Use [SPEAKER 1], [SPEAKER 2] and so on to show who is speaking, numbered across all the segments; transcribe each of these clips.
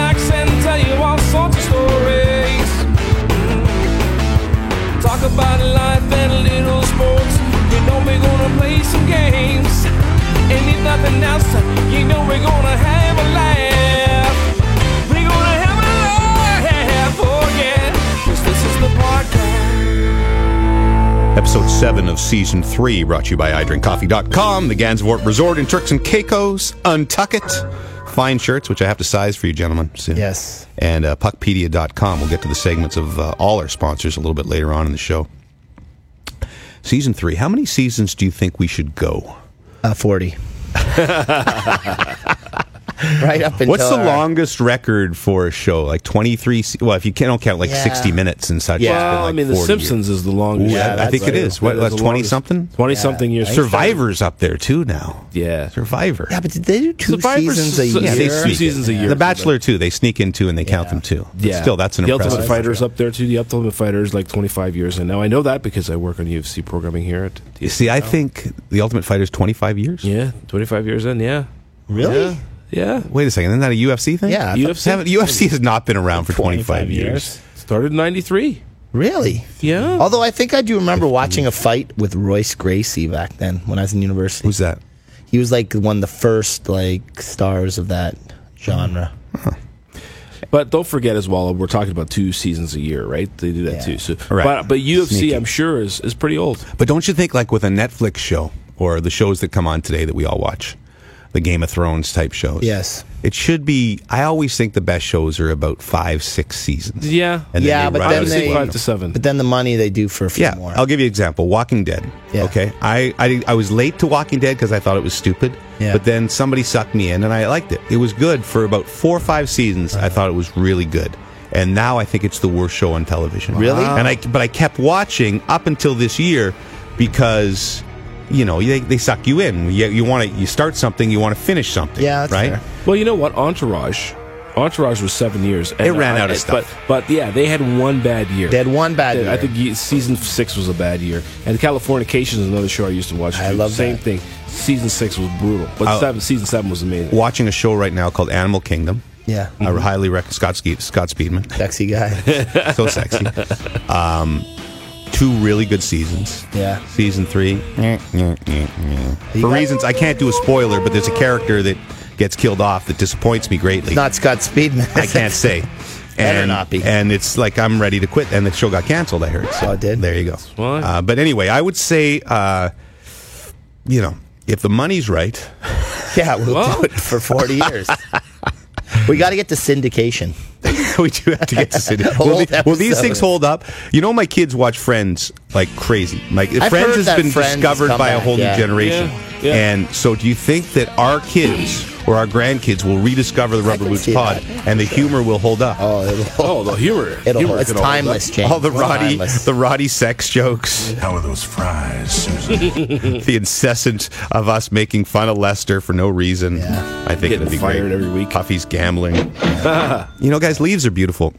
[SPEAKER 1] Mm. life and a little sports. You know we're gonna play some games. And if nothing else, you know we're gonna have a laugh. We're gonna have a laugh, oh yeah. 'Cause this is the podcast.
[SPEAKER 2] Episode 7 of Season 3 brought to you by iDrinkCoffee.com, the Gansevoort Resort, and Turks and Caicos. Untuck it. Fine shirts, which I have to size for you gentlemen soon.
[SPEAKER 3] Yes.
[SPEAKER 2] And uh, Puckpedia.com. We'll get to the segments of uh, all our sponsors a little bit later on in the show. Season 3. How many seasons do you think we should go?
[SPEAKER 3] Uh, 40. right up until. uh,
[SPEAKER 2] What's the
[SPEAKER 3] our-
[SPEAKER 2] longest record for a show? Like 23? se- Well, if you can't, don't count like
[SPEAKER 3] Yeah.
[SPEAKER 2] 60 minutes and such.
[SPEAKER 4] Well,
[SPEAKER 2] it's been
[SPEAKER 4] I
[SPEAKER 2] like
[SPEAKER 4] mean, The
[SPEAKER 2] 40 years.
[SPEAKER 4] Simpsons is the longest.
[SPEAKER 2] Ooh, Yeah, I- I that's think it right. is. What,
[SPEAKER 4] That
[SPEAKER 2] like
[SPEAKER 4] the
[SPEAKER 2] 20
[SPEAKER 4] longest-
[SPEAKER 2] something?
[SPEAKER 4] 20 something years.
[SPEAKER 2] Survivor's up there too now.
[SPEAKER 4] Yeah.
[SPEAKER 2] Survivor.
[SPEAKER 3] Yeah, but did they do two
[SPEAKER 4] Survivor's
[SPEAKER 3] seasons a
[SPEAKER 4] so-
[SPEAKER 2] Yeah,
[SPEAKER 3] year?
[SPEAKER 4] Yeah,
[SPEAKER 2] they
[SPEAKER 4] two
[SPEAKER 2] sneak
[SPEAKER 4] seasons
[SPEAKER 2] it.
[SPEAKER 4] a year.
[SPEAKER 2] The Bachelor too. They sneak in two and they count them too. But
[SPEAKER 4] Yeah.
[SPEAKER 2] still, that's an
[SPEAKER 4] the
[SPEAKER 2] impressive.
[SPEAKER 4] Ultimate Fighter's up there too. The Ultimate Fighter is like 25 years, and now I know that because I work on UFC programming here at.
[SPEAKER 2] You see, I think the Ultimate Fighter's twenty five years.
[SPEAKER 4] Yeah, 25 years in. Yeah,
[SPEAKER 3] Really?
[SPEAKER 4] yeah.
[SPEAKER 2] Wait a second, isn't that a UFC thing?
[SPEAKER 3] Yeah. I thought-
[SPEAKER 4] UFC
[SPEAKER 2] Haven't- UFC has not been around for twenty five years.
[SPEAKER 4] started in '93.
[SPEAKER 3] Really?
[SPEAKER 4] Yeah.
[SPEAKER 3] Although I think I do remember watching a fight with Royce Gracie back then when I was in university.
[SPEAKER 2] Who's that?
[SPEAKER 3] He was like one of the first like stars of that genre.
[SPEAKER 4] But don't forget as well, we're talking about two seasons a year, right? They do that
[SPEAKER 3] Yeah.
[SPEAKER 4] too. So,
[SPEAKER 2] Right.
[SPEAKER 4] but, but UFC,
[SPEAKER 2] Sneaky.
[SPEAKER 4] I'm sure, is, is pretty old.
[SPEAKER 2] But don't you think like with a Netflix show or the shows that come on today that we all watch, the Game of Thrones type shows?
[SPEAKER 3] Yes.
[SPEAKER 2] It should be. I always think the best shows are about five, six seasons.
[SPEAKER 4] Yeah.
[SPEAKER 2] And then
[SPEAKER 3] Yeah,
[SPEAKER 2] they
[SPEAKER 3] but
[SPEAKER 2] run
[SPEAKER 3] then
[SPEAKER 2] out of
[SPEAKER 3] they-
[SPEAKER 2] steam.
[SPEAKER 4] five to seven.
[SPEAKER 3] But then the money they do for a few
[SPEAKER 2] Yeah,
[SPEAKER 3] more.
[SPEAKER 2] I'll give you an example. Walking Dead.
[SPEAKER 3] Yeah.
[SPEAKER 2] Okay. I, I I was late to Walking Dead because I thought it was stupid.
[SPEAKER 3] Yeah.
[SPEAKER 2] But then somebody sucked me in and I liked it. It was good for about four or five seasons.
[SPEAKER 3] Uh-huh.
[SPEAKER 2] I thought it was really good. And now I think it's the worst show on television.
[SPEAKER 3] Really?
[SPEAKER 2] And I but I kept watching up until this year because you know they, they suck you in. You, you want to you start something, you want to finish something.
[SPEAKER 3] Yeah, that's
[SPEAKER 2] right.
[SPEAKER 3] fair.
[SPEAKER 4] Well, you know what? Entourage. Entourage was seven years. and
[SPEAKER 2] It ran out of
[SPEAKER 4] it-
[SPEAKER 2] stuff.
[SPEAKER 4] But, but yeah, they had one bad year.
[SPEAKER 3] They had one bad
[SPEAKER 4] I
[SPEAKER 3] year.
[SPEAKER 4] think ye- season six was a bad year. And Californication is another show I used to watch.
[SPEAKER 3] I
[SPEAKER 4] too.
[SPEAKER 3] love
[SPEAKER 4] Same
[SPEAKER 3] that. Oh.
[SPEAKER 4] thing. Season six was brutal. But
[SPEAKER 2] I'll-
[SPEAKER 4] seven, season seven was amazing.
[SPEAKER 2] Watching a show right now called Animal Kingdom.
[SPEAKER 3] yeah. Mm-hmm.
[SPEAKER 2] I highly recommend Scott, Ske- Scott Speedman.
[SPEAKER 3] Sexy guy.
[SPEAKER 2] so sexy. Um, two really good seasons.
[SPEAKER 3] Yeah.
[SPEAKER 2] Season three.
[SPEAKER 3] You
[SPEAKER 2] For
[SPEAKER 3] got-
[SPEAKER 2] reasons I can't do a spoiler, but there's a character that gets killed off that disappoints me greatly.
[SPEAKER 3] Not Scott Speedman.
[SPEAKER 2] I can't say.
[SPEAKER 3] Better not be.
[SPEAKER 2] And it's like I'm ready to quit. And the show got canceled. I heard. So
[SPEAKER 3] Oh, it did?
[SPEAKER 2] There you go.
[SPEAKER 4] What?
[SPEAKER 2] Uh, but anyway, I would say, uh, you know, if the money's right,
[SPEAKER 3] Yeah, we'll
[SPEAKER 4] Whoa.
[SPEAKER 3] do it for 40 years. we got to get to syndication.
[SPEAKER 2] we do have to get to Sydney.
[SPEAKER 3] Whole
[SPEAKER 2] will, the- will these
[SPEAKER 3] episode.
[SPEAKER 2] things hold up? You know, my kids watch Friends like crazy. Like
[SPEAKER 3] I've
[SPEAKER 2] Friends
[SPEAKER 3] heard
[SPEAKER 2] has
[SPEAKER 3] that
[SPEAKER 2] been
[SPEAKER 3] Friends has
[SPEAKER 2] discovered
[SPEAKER 3] come
[SPEAKER 2] by a
[SPEAKER 3] back,
[SPEAKER 2] whole
[SPEAKER 3] yeah.
[SPEAKER 2] new generation.
[SPEAKER 4] Yeah, yeah.
[SPEAKER 2] And so, do you think that our kids or our grandkids will rediscover the Rubber
[SPEAKER 3] can
[SPEAKER 2] Boots
[SPEAKER 3] see
[SPEAKER 2] Pod
[SPEAKER 3] that.
[SPEAKER 2] and the humor will hold up?
[SPEAKER 3] Oh, it'll,
[SPEAKER 4] Oh, the humor.
[SPEAKER 3] it'll
[SPEAKER 4] humor
[SPEAKER 3] it's
[SPEAKER 4] could hold up.
[SPEAKER 3] timeless, James.
[SPEAKER 2] All the
[SPEAKER 3] It's
[SPEAKER 2] Roddy,
[SPEAKER 3] timeless.
[SPEAKER 2] the Roddy sex jokes,
[SPEAKER 5] How are those fries, Susan?
[SPEAKER 2] the incessant of us making fun of Lester for no reason.
[SPEAKER 3] Yeah.
[SPEAKER 2] I think
[SPEAKER 4] Getting
[SPEAKER 2] it'd be
[SPEAKER 4] fired
[SPEAKER 2] great.
[SPEAKER 4] every week.
[SPEAKER 2] Puffy's gambling. You know, guys, leaves are beautiful.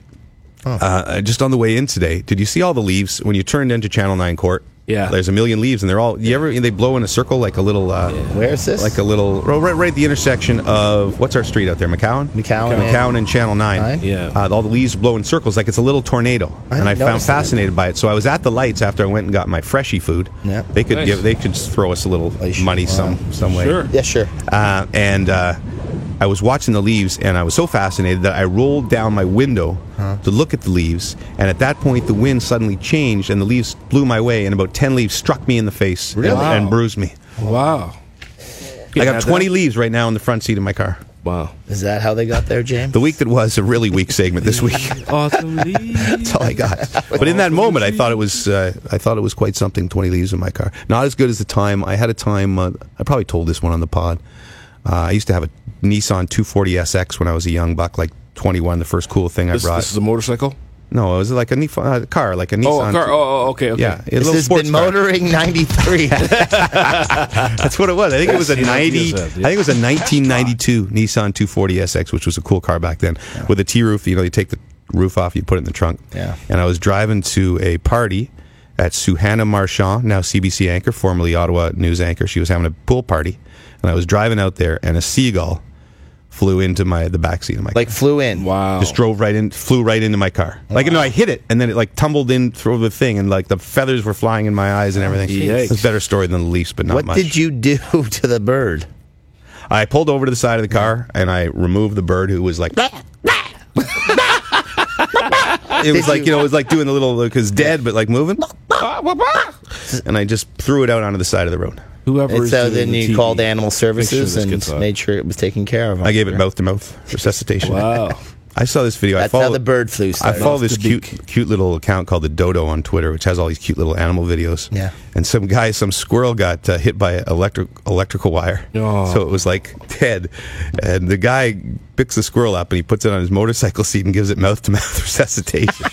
[SPEAKER 2] Uh, just on the way in today, did you see all the leaves when you turned into Channel Nine Court?
[SPEAKER 4] Yeah.
[SPEAKER 2] there's a million leaves, and they're all. You ever they blow in a circle like a little, uh,
[SPEAKER 3] Where's this?
[SPEAKER 2] like a little ro- right, right at the intersection of what's our street out there, McCowan,
[SPEAKER 3] McCowan and-
[SPEAKER 2] McCowan, and Channel Nine.
[SPEAKER 3] Nine?
[SPEAKER 4] Yeah.
[SPEAKER 2] uh, all the leaves blow in circles like it's a little tornado, and I found
[SPEAKER 3] noticed that.
[SPEAKER 2] fascinated by it. So I was at the lights after I went and got my freshie food.
[SPEAKER 3] Yeah.
[SPEAKER 2] they could
[SPEAKER 4] Nice.
[SPEAKER 2] give, they could throw us a little
[SPEAKER 3] They should.
[SPEAKER 2] money some some way.
[SPEAKER 4] Sure.
[SPEAKER 3] yeah, sure.
[SPEAKER 2] Uh, and uh, I was watching the leaves, and I was so fascinated that I rolled down my window to look at the leaves. And at that point, the wind suddenly changed, and the leaves blew my way, and about ten leaves struck me in the face and-
[SPEAKER 4] Really?
[SPEAKER 2] and,
[SPEAKER 4] Wow.
[SPEAKER 2] bruised me.
[SPEAKER 4] Wow.
[SPEAKER 2] I
[SPEAKER 4] Yeah,
[SPEAKER 2] got twenty
[SPEAKER 4] that-
[SPEAKER 2] leaves right now in the front seat of my car.
[SPEAKER 4] Wow.
[SPEAKER 3] Is that how they got there, James?
[SPEAKER 2] The week that was a really weak segment this week.
[SPEAKER 4] Awesome leaves.
[SPEAKER 2] That's all I got. But in that moment, I thought it was uh, I thought it was quite something. Twenty leaves in my car, not as good as the time I had a time. Uh, I probably told this one on the pod. Uh, I used to have a Nissan 240 SX when I was a young buck, like 21. The first cool thing
[SPEAKER 4] This,
[SPEAKER 2] I brought.
[SPEAKER 4] this is a motorcycle?
[SPEAKER 2] no, it was like a Nif- uh, car, like a Nissan.
[SPEAKER 4] Oh, a car. Oh, oh, okay, okay.
[SPEAKER 2] Yeah, a
[SPEAKER 3] this
[SPEAKER 2] little
[SPEAKER 3] has
[SPEAKER 2] sports
[SPEAKER 3] been
[SPEAKER 2] car.
[SPEAKER 3] motoring 93.
[SPEAKER 2] That's what it was. I think it was a
[SPEAKER 4] That's the
[SPEAKER 2] ninety.
[SPEAKER 4] idea
[SPEAKER 2] I
[SPEAKER 4] of that, yeah.
[SPEAKER 2] think it was a nineteen ninety two Nissan two forty SX, which was a cool car back then, with a T roof. You know, you take the roof off, you put it in the trunk.
[SPEAKER 3] Yeah.
[SPEAKER 2] And I was driving to a party at Suhanna Marchand, now CBC anchor, formerly Ottawa news anchor. She was having a pool party, and I was driving out there, and a seagull flew into my the back seat of my
[SPEAKER 3] Like
[SPEAKER 2] car.
[SPEAKER 3] flew in.
[SPEAKER 4] Wow.
[SPEAKER 2] Just drove right in, flew right into my car. Like no, I hit it, and then it like tumbled in through the thing, and like the feathers were flying in my eyes and everything.
[SPEAKER 4] Yikes.
[SPEAKER 2] It's a better story than the Leafs, but not
[SPEAKER 3] what
[SPEAKER 2] much.
[SPEAKER 3] did you do to the bird?
[SPEAKER 2] I pulled over to the side of the car and I removed the bird who was like. it was like you know, it was like doing the little because dead, but like moving. And I just threw it out onto the side of the road.
[SPEAKER 4] Whoever
[SPEAKER 3] And
[SPEAKER 4] is
[SPEAKER 3] so
[SPEAKER 4] doing
[SPEAKER 3] uh, then
[SPEAKER 4] the
[SPEAKER 3] you
[SPEAKER 4] TV.
[SPEAKER 3] called animal services
[SPEAKER 4] this gets
[SPEAKER 3] and
[SPEAKER 4] up.
[SPEAKER 3] made sure it was taken care of.
[SPEAKER 2] I gave it mouth to mouth resuscitation.
[SPEAKER 4] Wow.
[SPEAKER 2] I saw this video. I
[SPEAKER 3] That's
[SPEAKER 2] followed,
[SPEAKER 3] how the bird flu
[SPEAKER 2] I
[SPEAKER 3] started.
[SPEAKER 2] follow this
[SPEAKER 4] the
[SPEAKER 2] cute, cute little account called the Dodo on Twitter, which has all these cute little animal videos.
[SPEAKER 3] Yeah.
[SPEAKER 2] And some guy, some squirrel, got uh, hit by an electric electrical wire.
[SPEAKER 4] Oh.
[SPEAKER 2] So it was like dead. And the guy picks the squirrel up and he puts it on his motorcycle seat and gives it mouth to mouth resuscitation,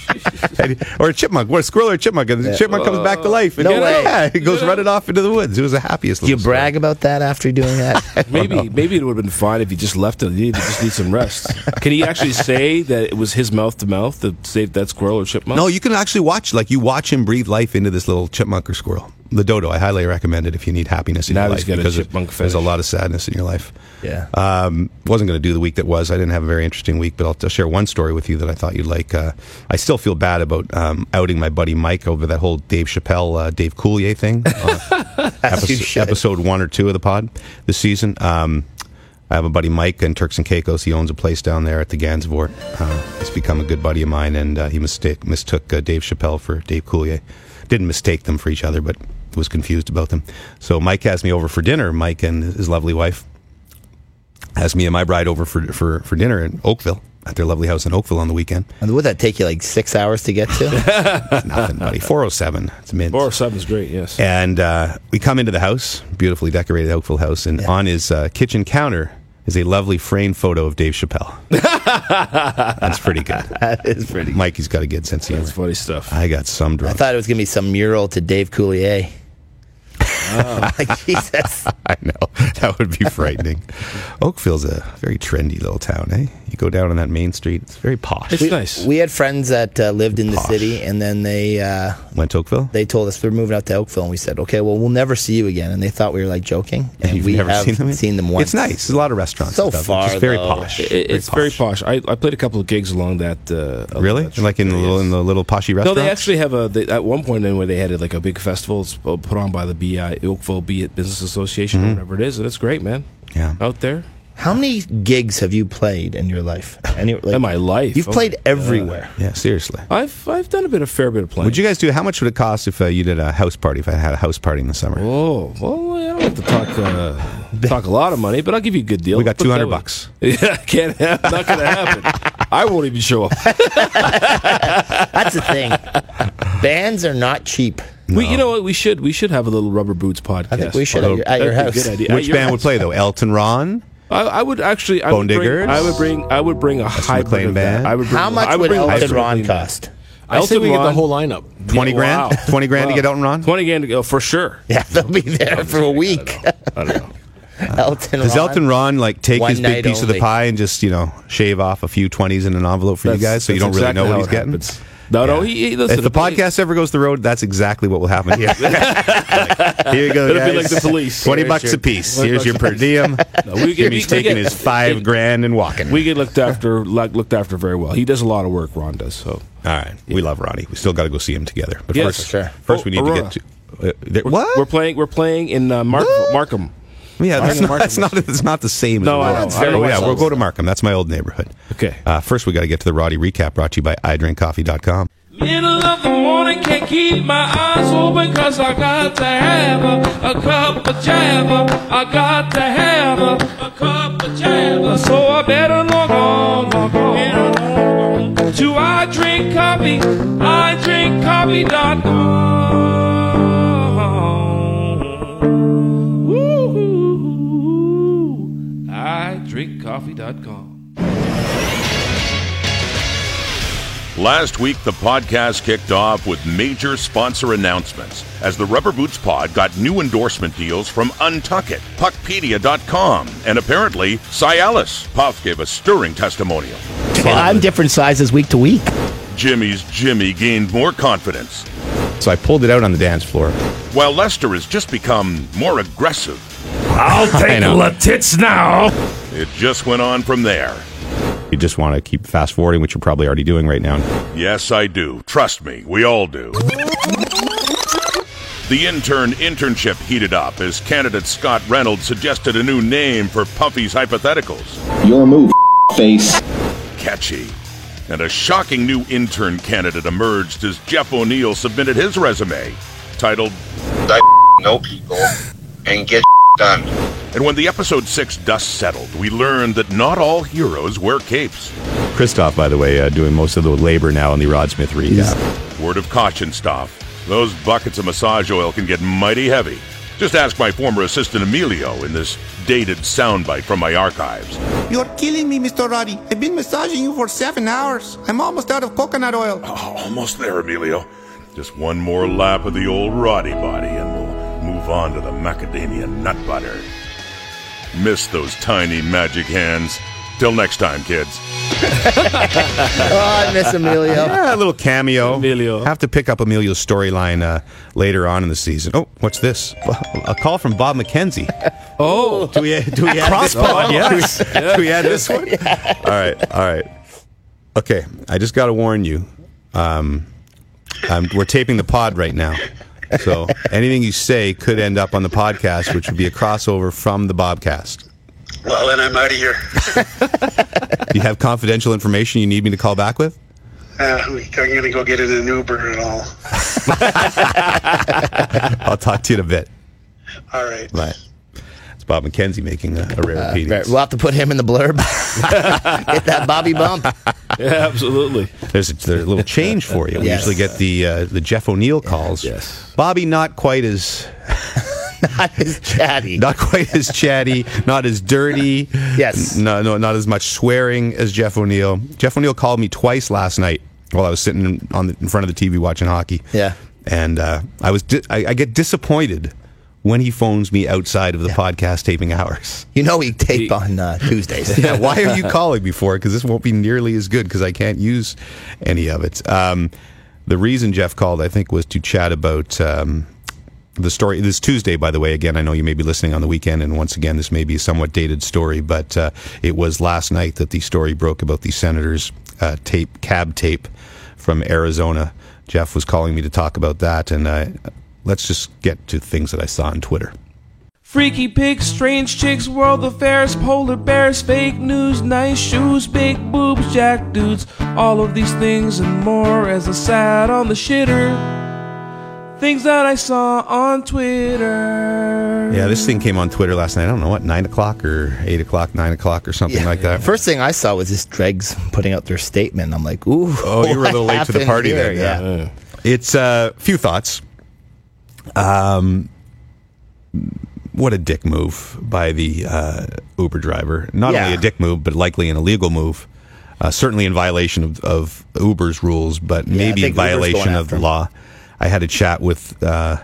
[SPEAKER 2] And- or a chipmunk. What a squirrel or a chipmunk? And the chipmunk comes back to life. And
[SPEAKER 3] No way.
[SPEAKER 2] Yeah, he goes running off into the woods. It was the happiest.
[SPEAKER 3] Do you
[SPEAKER 2] little squirrel.
[SPEAKER 3] brag about that after doing that?
[SPEAKER 4] Maybe maybe it would have been fine if he just left it. He just needs some rest. Can he actually say that it was his mouth to mouth that saved that squirrel or chipmunk?
[SPEAKER 2] No, you can actually watch like you watch him breathe life into this little chipmunk or squirrel. The dodo, I highly recommend it if you need happiness in
[SPEAKER 4] Now
[SPEAKER 2] your
[SPEAKER 4] he's
[SPEAKER 2] life
[SPEAKER 4] got a
[SPEAKER 2] there's-
[SPEAKER 4] chipmunk
[SPEAKER 2] there's a
[SPEAKER 4] fetish.
[SPEAKER 2] lot of sadness in your life.
[SPEAKER 3] yeah.
[SPEAKER 2] Um, wasn't going to do the week that was. I didn't have a very interesting week, but I'll, I'll share one story with you that I thought you'd like. Uh, I still feel bad about um, outing my buddy Mike over that whole Dave Chappelle, uh, Dave Coulier thing. Uh, episode,
[SPEAKER 3] You should.
[SPEAKER 2] episode one or two of the pod this season. Um, I have a buddy Mike in Turks and Caicos. He owns a place down there at the Gansvoort. Uh, he's become a good buddy of mine, and uh, he mistake, mistook uh, Dave Chappelle for Dave Coulier. Didn't mistake them for each other, but was confused about them. So Mike has me over for dinner. Mike and his lovely wife has me and my bride over for for, for dinner in Oakville at their lovely house in Oakville on the weekend.
[SPEAKER 3] And would that take you like six hours to get to?
[SPEAKER 2] Nothing, buddy. Four oh seven. It's mint.
[SPEAKER 4] Four or seven is great. Yes.
[SPEAKER 2] And uh, we come into the house, beautifully decorated Oakville house, and on his uh, kitchen counter is a lovely framed photo of Dave Chappelle. That's pretty good.
[SPEAKER 3] that is pretty.
[SPEAKER 2] Mikey's got a good sense of
[SPEAKER 4] That's
[SPEAKER 2] humor.
[SPEAKER 4] funny stuff.
[SPEAKER 2] I got some
[SPEAKER 3] I
[SPEAKER 2] drunk.
[SPEAKER 3] thought it was gonna be some mural to Dave Coulier.
[SPEAKER 2] Oh.
[SPEAKER 3] Like, Jesus.
[SPEAKER 2] I know. That would be frightening. Oakville's a very trendy little town, eh? You go down on that main street, it's very posh.
[SPEAKER 4] It's nice.
[SPEAKER 3] We had friends that uh, lived in the
[SPEAKER 2] Posh.
[SPEAKER 3] city, and then they uh,
[SPEAKER 2] Went to Oakville?
[SPEAKER 3] they told us they're moving out to Oakville, and we said, "Okay, well, we'll never see you again." And they thought we were like joking, and
[SPEAKER 2] You've
[SPEAKER 3] we
[SPEAKER 2] never
[SPEAKER 3] have
[SPEAKER 2] seen them?
[SPEAKER 3] once.
[SPEAKER 2] It's nice. There's a lot of restaurants.
[SPEAKER 3] So
[SPEAKER 2] and stuff. It's
[SPEAKER 3] far,
[SPEAKER 2] just very
[SPEAKER 3] though,
[SPEAKER 2] posh.
[SPEAKER 4] It- it's very posh. I, I played a couple of gigs along that. Uh, along
[SPEAKER 2] Really?
[SPEAKER 4] that
[SPEAKER 2] Like in the
[SPEAKER 4] trip,
[SPEAKER 2] little
[SPEAKER 4] yes.
[SPEAKER 2] in the little poshy
[SPEAKER 4] No,
[SPEAKER 2] restaurant?
[SPEAKER 4] they actually have a. They, at one point, anyway, they had like a big festival it's uh, put on by the BI Oakville Be It Business Association or whatever it is, and it's great, man.
[SPEAKER 2] Mm-hmm. Yeah.
[SPEAKER 4] out there
[SPEAKER 3] How many gigs have you played in your life? Any, like,
[SPEAKER 4] in my life,
[SPEAKER 3] You've
[SPEAKER 4] Oh
[SPEAKER 3] played
[SPEAKER 4] my God.
[SPEAKER 3] everywhere.
[SPEAKER 2] Yeah, seriously.
[SPEAKER 4] I've I've done a bit, a fair bit of playing.
[SPEAKER 2] Would you guys do? How much would it cost if uh, you did a house party? If I had a house party in the summer,
[SPEAKER 4] Oh well, I don't have to talk uh, talk a lot of money, but I'll give you a good deal.
[SPEAKER 2] we got
[SPEAKER 4] Put it
[SPEAKER 2] two hundred
[SPEAKER 4] that way.
[SPEAKER 2] bucks.
[SPEAKER 4] Yeah, can't have. Not gonna happen. I won't even show up.
[SPEAKER 3] That's the thing. Bands are not cheap.
[SPEAKER 4] We, you know what? We should we should have a little rubber boots podcast.
[SPEAKER 3] I think we should at your, at
[SPEAKER 4] That'd
[SPEAKER 3] your
[SPEAKER 4] be a
[SPEAKER 3] house.
[SPEAKER 4] good idea. At
[SPEAKER 2] Which
[SPEAKER 4] your
[SPEAKER 2] band
[SPEAKER 4] house.
[SPEAKER 2] would play though? Elton Ron.
[SPEAKER 4] I, I would actually. I
[SPEAKER 2] Bone
[SPEAKER 4] would bring-
[SPEAKER 2] Diggers?
[SPEAKER 4] I would bring. I would bring a hybrid
[SPEAKER 2] McLean
[SPEAKER 4] of that.
[SPEAKER 2] band?
[SPEAKER 4] I would bring,
[SPEAKER 3] How
[SPEAKER 4] I
[SPEAKER 3] much
[SPEAKER 4] would
[SPEAKER 3] would
[SPEAKER 4] bring
[SPEAKER 3] Elton
[SPEAKER 4] Elton
[SPEAKER 3] Ron
[SPEAKER 4] Ron.
[SPEAKER 3] cost?
[SPEAKER 6] I say
[SPEAKER 4] Elton
[SPEAKER 6] we get the
[SPEAKER 4] Ron.
[SPEAKER 6] whole lineup.
[SPEAKER 2] Twenty
[SPEAKER 4] Yeah,
[SPEAKER 2] grand.
[SPEAKER 4] wow.
[SPEAKER 2] Twenty grand
[SPEAKER 4] Wow.
[SPEAKER 2] to get Elton Ron.
[SPEAKER 4] Twenty grand to go for sure.
[SPEAKER 3] Yeah, they'll be there for a week.
[SPEAKER 4] I don't know.
[SPEAKER 3] Elton
[SPEAKER 2] Does
[SPEAKER 3] Ron.
[SPEAKER 2] Elton Ron like take
[SPEAKER 3] One
[SPEAKER 2] his big
[SPEAKER 3] night
[SPEAKER 2] piece of the
[SPEAKER 3] only.
[SPEAKER 2] pie and just you know shave off a few twenties in an envelope for you guys, so you don't
[SPEAKER 4] That's
[SPEAKER 2] really know
[SPEAKER 4] exactly
[SPEAKER 2] what
[SPEAKER 4] how
[SPEAKER 2] he's
[SPEAKER 4] it
[SPEAKER 2] getting?
[SPEAKER 4] happens. No, no. He, he listen.
[SPEAKER 2] If the
[SPEAKER 4] it'll be-
[SPEAKER 2] podcast ever goes the road, that's exactly what will happen here. Like, here you go,
[SPEAKER 4] It'll
[SPEAKER 2] guys.
[SPEAKER 4] be like the police.
[SPEAKER 2] Twenty
[SPEAKER 4] Here's
[SPEAKER 2] bucks
[SPEAKER 4] your-
[SPEAKER 2] a piece.
[SPEAKER 4] 20
[SPEAKER 2] Here's your per diem.
[SPEAKER 4] No, we get- we
[SPEAKER 2] Jimmy's
[SPEAKER 4] get-
[SPEAKER 2] taking his five grand and walking.
[SPEAKER 4] We get looked after, like, looked after very well. He does a lot of work. Ron does so.
[SPEAKER 2] All right, we love Ronnie. We still got to go see him together. But
[SPEAKER 4] Yes,
[SPEAKER 2] first,
[SPEAKER 4] sure.
[SPEAKER 2] first we
[SPEAKER 4] Oh,
[SPEAKER 2] need
[SPEAKER 4] Aurora.
[SPEAKER 2] to get to uh, there- what?
[SPEAKER 4] We're playing. We're playing in uh, Mark, Markham.
[SPEAKER 2] yeah, that's
[SPEAKER 4] Markham,
[SPEAKER 2] not, that's not it's not the same.
[SPEAKER 4] No,
[SPEAKER 2] as
[SPEAKER 4] I
[SPEAKER 2] Aurora.
[SPEAKER 4] know. It's very
[SPEAKER 2] Oh,
[SPEAKER 4] much
[SPEAKER 2] yeah,
[SPEAKER 4] so.
[SPEAKER 2] we'll go to Markham. That's my old neighborhood.
[SPEAKER 4] Okay.
[SPEAKER 2] Uh, first, we got to get to the Roddy recap, brought to you by iDrinkCoffee.com.
[SPEAKER 1] Middle of the morning, can't keep my eyes open cause I got to have a, a cup of java. I got to have a, a cup of java. So I better log on, log on. To I drink coffee, I drink coffee.com. Woo-hoo. I drink coffee.com.
[SPEAKER 5] Last week, the podcast kicked off with major sponsor announcements as the Rubber Boots Pod got new endorsement deals from Untuckit, Puckpedia.com, and apparently Cialis. Puff gave a stirring testimonial.
[SPEAKER 3] I'm different sizes week to week.
[SPEAKER 5] Jimmy's Jimmy gained more confidence,
[SPEAKER 2] So I pulled it out on the dance floor.
[SPEAKER 5] while Lester has just become more aggressive.
[SPEAKER 4] I'll take
[SPEAKER 2] know.
[SPEAKER 4] the tits now.
[SPEAKER 5] It just went on from there.
[SPEAKER 2] You just want to keep fast forwarding, which you're probably already doing right now.
[SPEAKER 5] Yes, I do. Trust me, we all do. The intern internship heated up as candidate Scott Reynolds suggested a new name for Puffy's hypotheticals.
[SPEAKER 6] Your move, face.
[SPEAKER 5] Catchy. And a shocking new intern candidate emerged as Jeff O'Neill submitted his resume, titled
[SPEAKER 7] I know people and get done.
[SPEAKER 5] And when the episode 6 dust settled, we learned that not all heroes wear capes.
[SPEAKER 2] Christoph, by the way, uh, doing most of the labor now on the Rod Smith read. Yeah.
[SPEAKER 5] Word of caution, Staff. Those buckets of massage oil can get mighty heavy. Just ask my former assistant Emilio in this dated soundbite from my archives.
[SPEAKER 8] You're killing me, Mr. Roddy. I've been massaging you for seven hours. I'm almost out of coconut oil.
[SPEAKER 5] Oh, almost there, Emilio. Just one more lap of the old Roddy body, and we'll move on to the macadamia nut butter. Miss those tiny magic hands. Till next time, kids.
[SPEAKER 3] Oh, I miss Emilio.
[SPEAKER 2] a little cameo.
[SPEAKER 4] Emilio.
[SPEAKER 2] Have to pick up Emilio's storyline uh, later on in the season. Oh, what's this? A call from Bob McKenzie.
[SPEAKER 4] Oh,
[SPEAKER 2] Do we, do we add
[SPEAKER 4] Crosspod,
[SPEAKER 2] this one?
[SPEAKER 4] yes.
[SPEAKER 2] Do we, do we add this one? All right, all right. Okay, I just got to warn you. Um, um, we're taping the pod right now. So anything you say could end up on the podcast, which would be a crossover from the Bobcast.
[SPEAKER 7] Well, then I'm out of here.
[SPEAKER 2] Do you have confidential information you need me to call back with?
[SPEAKER 7] Uh, I'm going to go get in an Uber and all.
[SPEAKER 2] I'll talk to you in a bit.
[SPEAKER 7] All right.
[SPEAKER 2] Bye. It's Bob McKenzie making a, a rare
[SPEAKER 4] Uh,
[SPEAKER 2] appearance.
[SPEAKER 3] Right, we'll have to put him in the blurb. Get that Bobby bump.
[SPEAKER 4] yeah, absolutely.
[SPEAKER 2] There's a, there's a little change for you. We
[SPEAKER 3] Yes.
[SPEAKER 2] usually get the uh, the Jeff O'Neill calls.
[SPEAKER 4] Yes.
[SPEAKER 2] Bobby, not quite as
[SPEAKER 3] That is chatty.
[SPEAKER 2] not quite as chatty, not as dirty.
[SPEAKER 3] Yes.
[SPEAKER 2] N- No, no, not as much swearing as Jeff O'Neill. Jeff O'Neill called me twice last night while I was sitting on the, in front of the TV watching hockey.
[SPEAKER 3] Yeah.
[SPEAKER 2] And uh, I was di- I, I get disappointed when he phones me outside of the podcast taping hours.
[SPEAKER 3] You know we tape on uh, Tuesdays.
[SPEAKER 2] Yeah, why are you calling me for it? Because this won't be nearly as good because I can't use any of it. Um, the reason Jeff called, I think, was to chat about um, the story. This Tuesday, by the way, again, I know you may be listening on the weekend, and once again, this may be a somewhat dated story, but uh, it was last night that the story broke about the senator's uh, tape, cab tape from Arizona. Jeff was calling me to talk about that, and uh, let's just get to things that I saw on Twitter.
[SPEAKER 1] Freaky pigs, strange chicks, world affairs, polar bears, fake news, nice shoes, big boobs, jack dudes, all of these things and more as I sat on the shitter. Things that I saw on Twitter.
[SPEAKER 2] Yeah, this thing came on Twitter last night. I don't know what nine o'clock or eight o'clock, nine o'clock or something like that.
[SPEAKER 3] First thing I saw was just Dregs putting out their statement. I'm like, ooh.
[SPEAKER 2] Oh, you were a little
[SPEAKER 3] what
[SPEAKER 2] late to the
[SPEAKER 3] happened
[SPEAKER 2] party there.
[SPEAKER 3] here?
[SPEAKER 2] Yeah.
[SPEAKER 3] yeah.
[SPEAKER 2] It's a uh, few thoughts. Um, what a dick move by the uh, Uber driver. Not
[SPEAKER 3] Yeah.
[SPEAKER 2] only a dick move, but likely an illegal move. Uh, certainly in violation of, of Uber's rules, but maybe in
[SPEAKER 3] think Uber's
[SPEAKER 2] violation
[SPEAKER 3] going
[SPEAKER 2] of the
[SPEAKER 3] after him.
[SPEAKER 2] law. I had a chat with uh,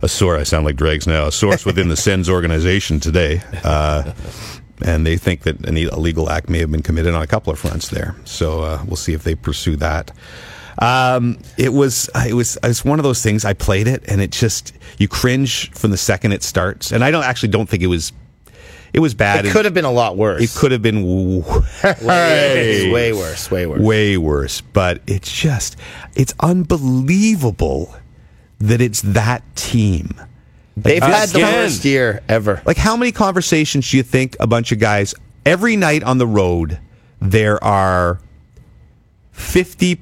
[SPEAKER 2] a source. I sound like Dregs now. A source within the Sens organization today. Uh, and they think that an illegal act may have been committed on a couple of fronts there. So uh, we'll see if they pursue that. Um, it was it was it was one of those things. I played it, and it just you cringe from the second it starts. And I don't actually don't think it was it was bad.
[SPEAKER 3] It could have been a lot worse.
[SPEAKER 2] it could have been
[SPEAKER 3] Way,
[SPEAKER 2] way
[SPEAKER 3] way worse. Way worse.
[SPEAKER 2] way worse. But it's just it's unbelievable that it's that team.
[SPEAKER 3] They've
[SPEAKER 2] Like,
[SPEAKER 3] had
[SPEAKER 2] just
[SPEAKER 3] the
[SPEAKER 2] can't.
[SPEAKER 3] worst year ever.
[SPEAKER 2] Like, how many conversations do you think a bunch of guys every night on the road? There are fifty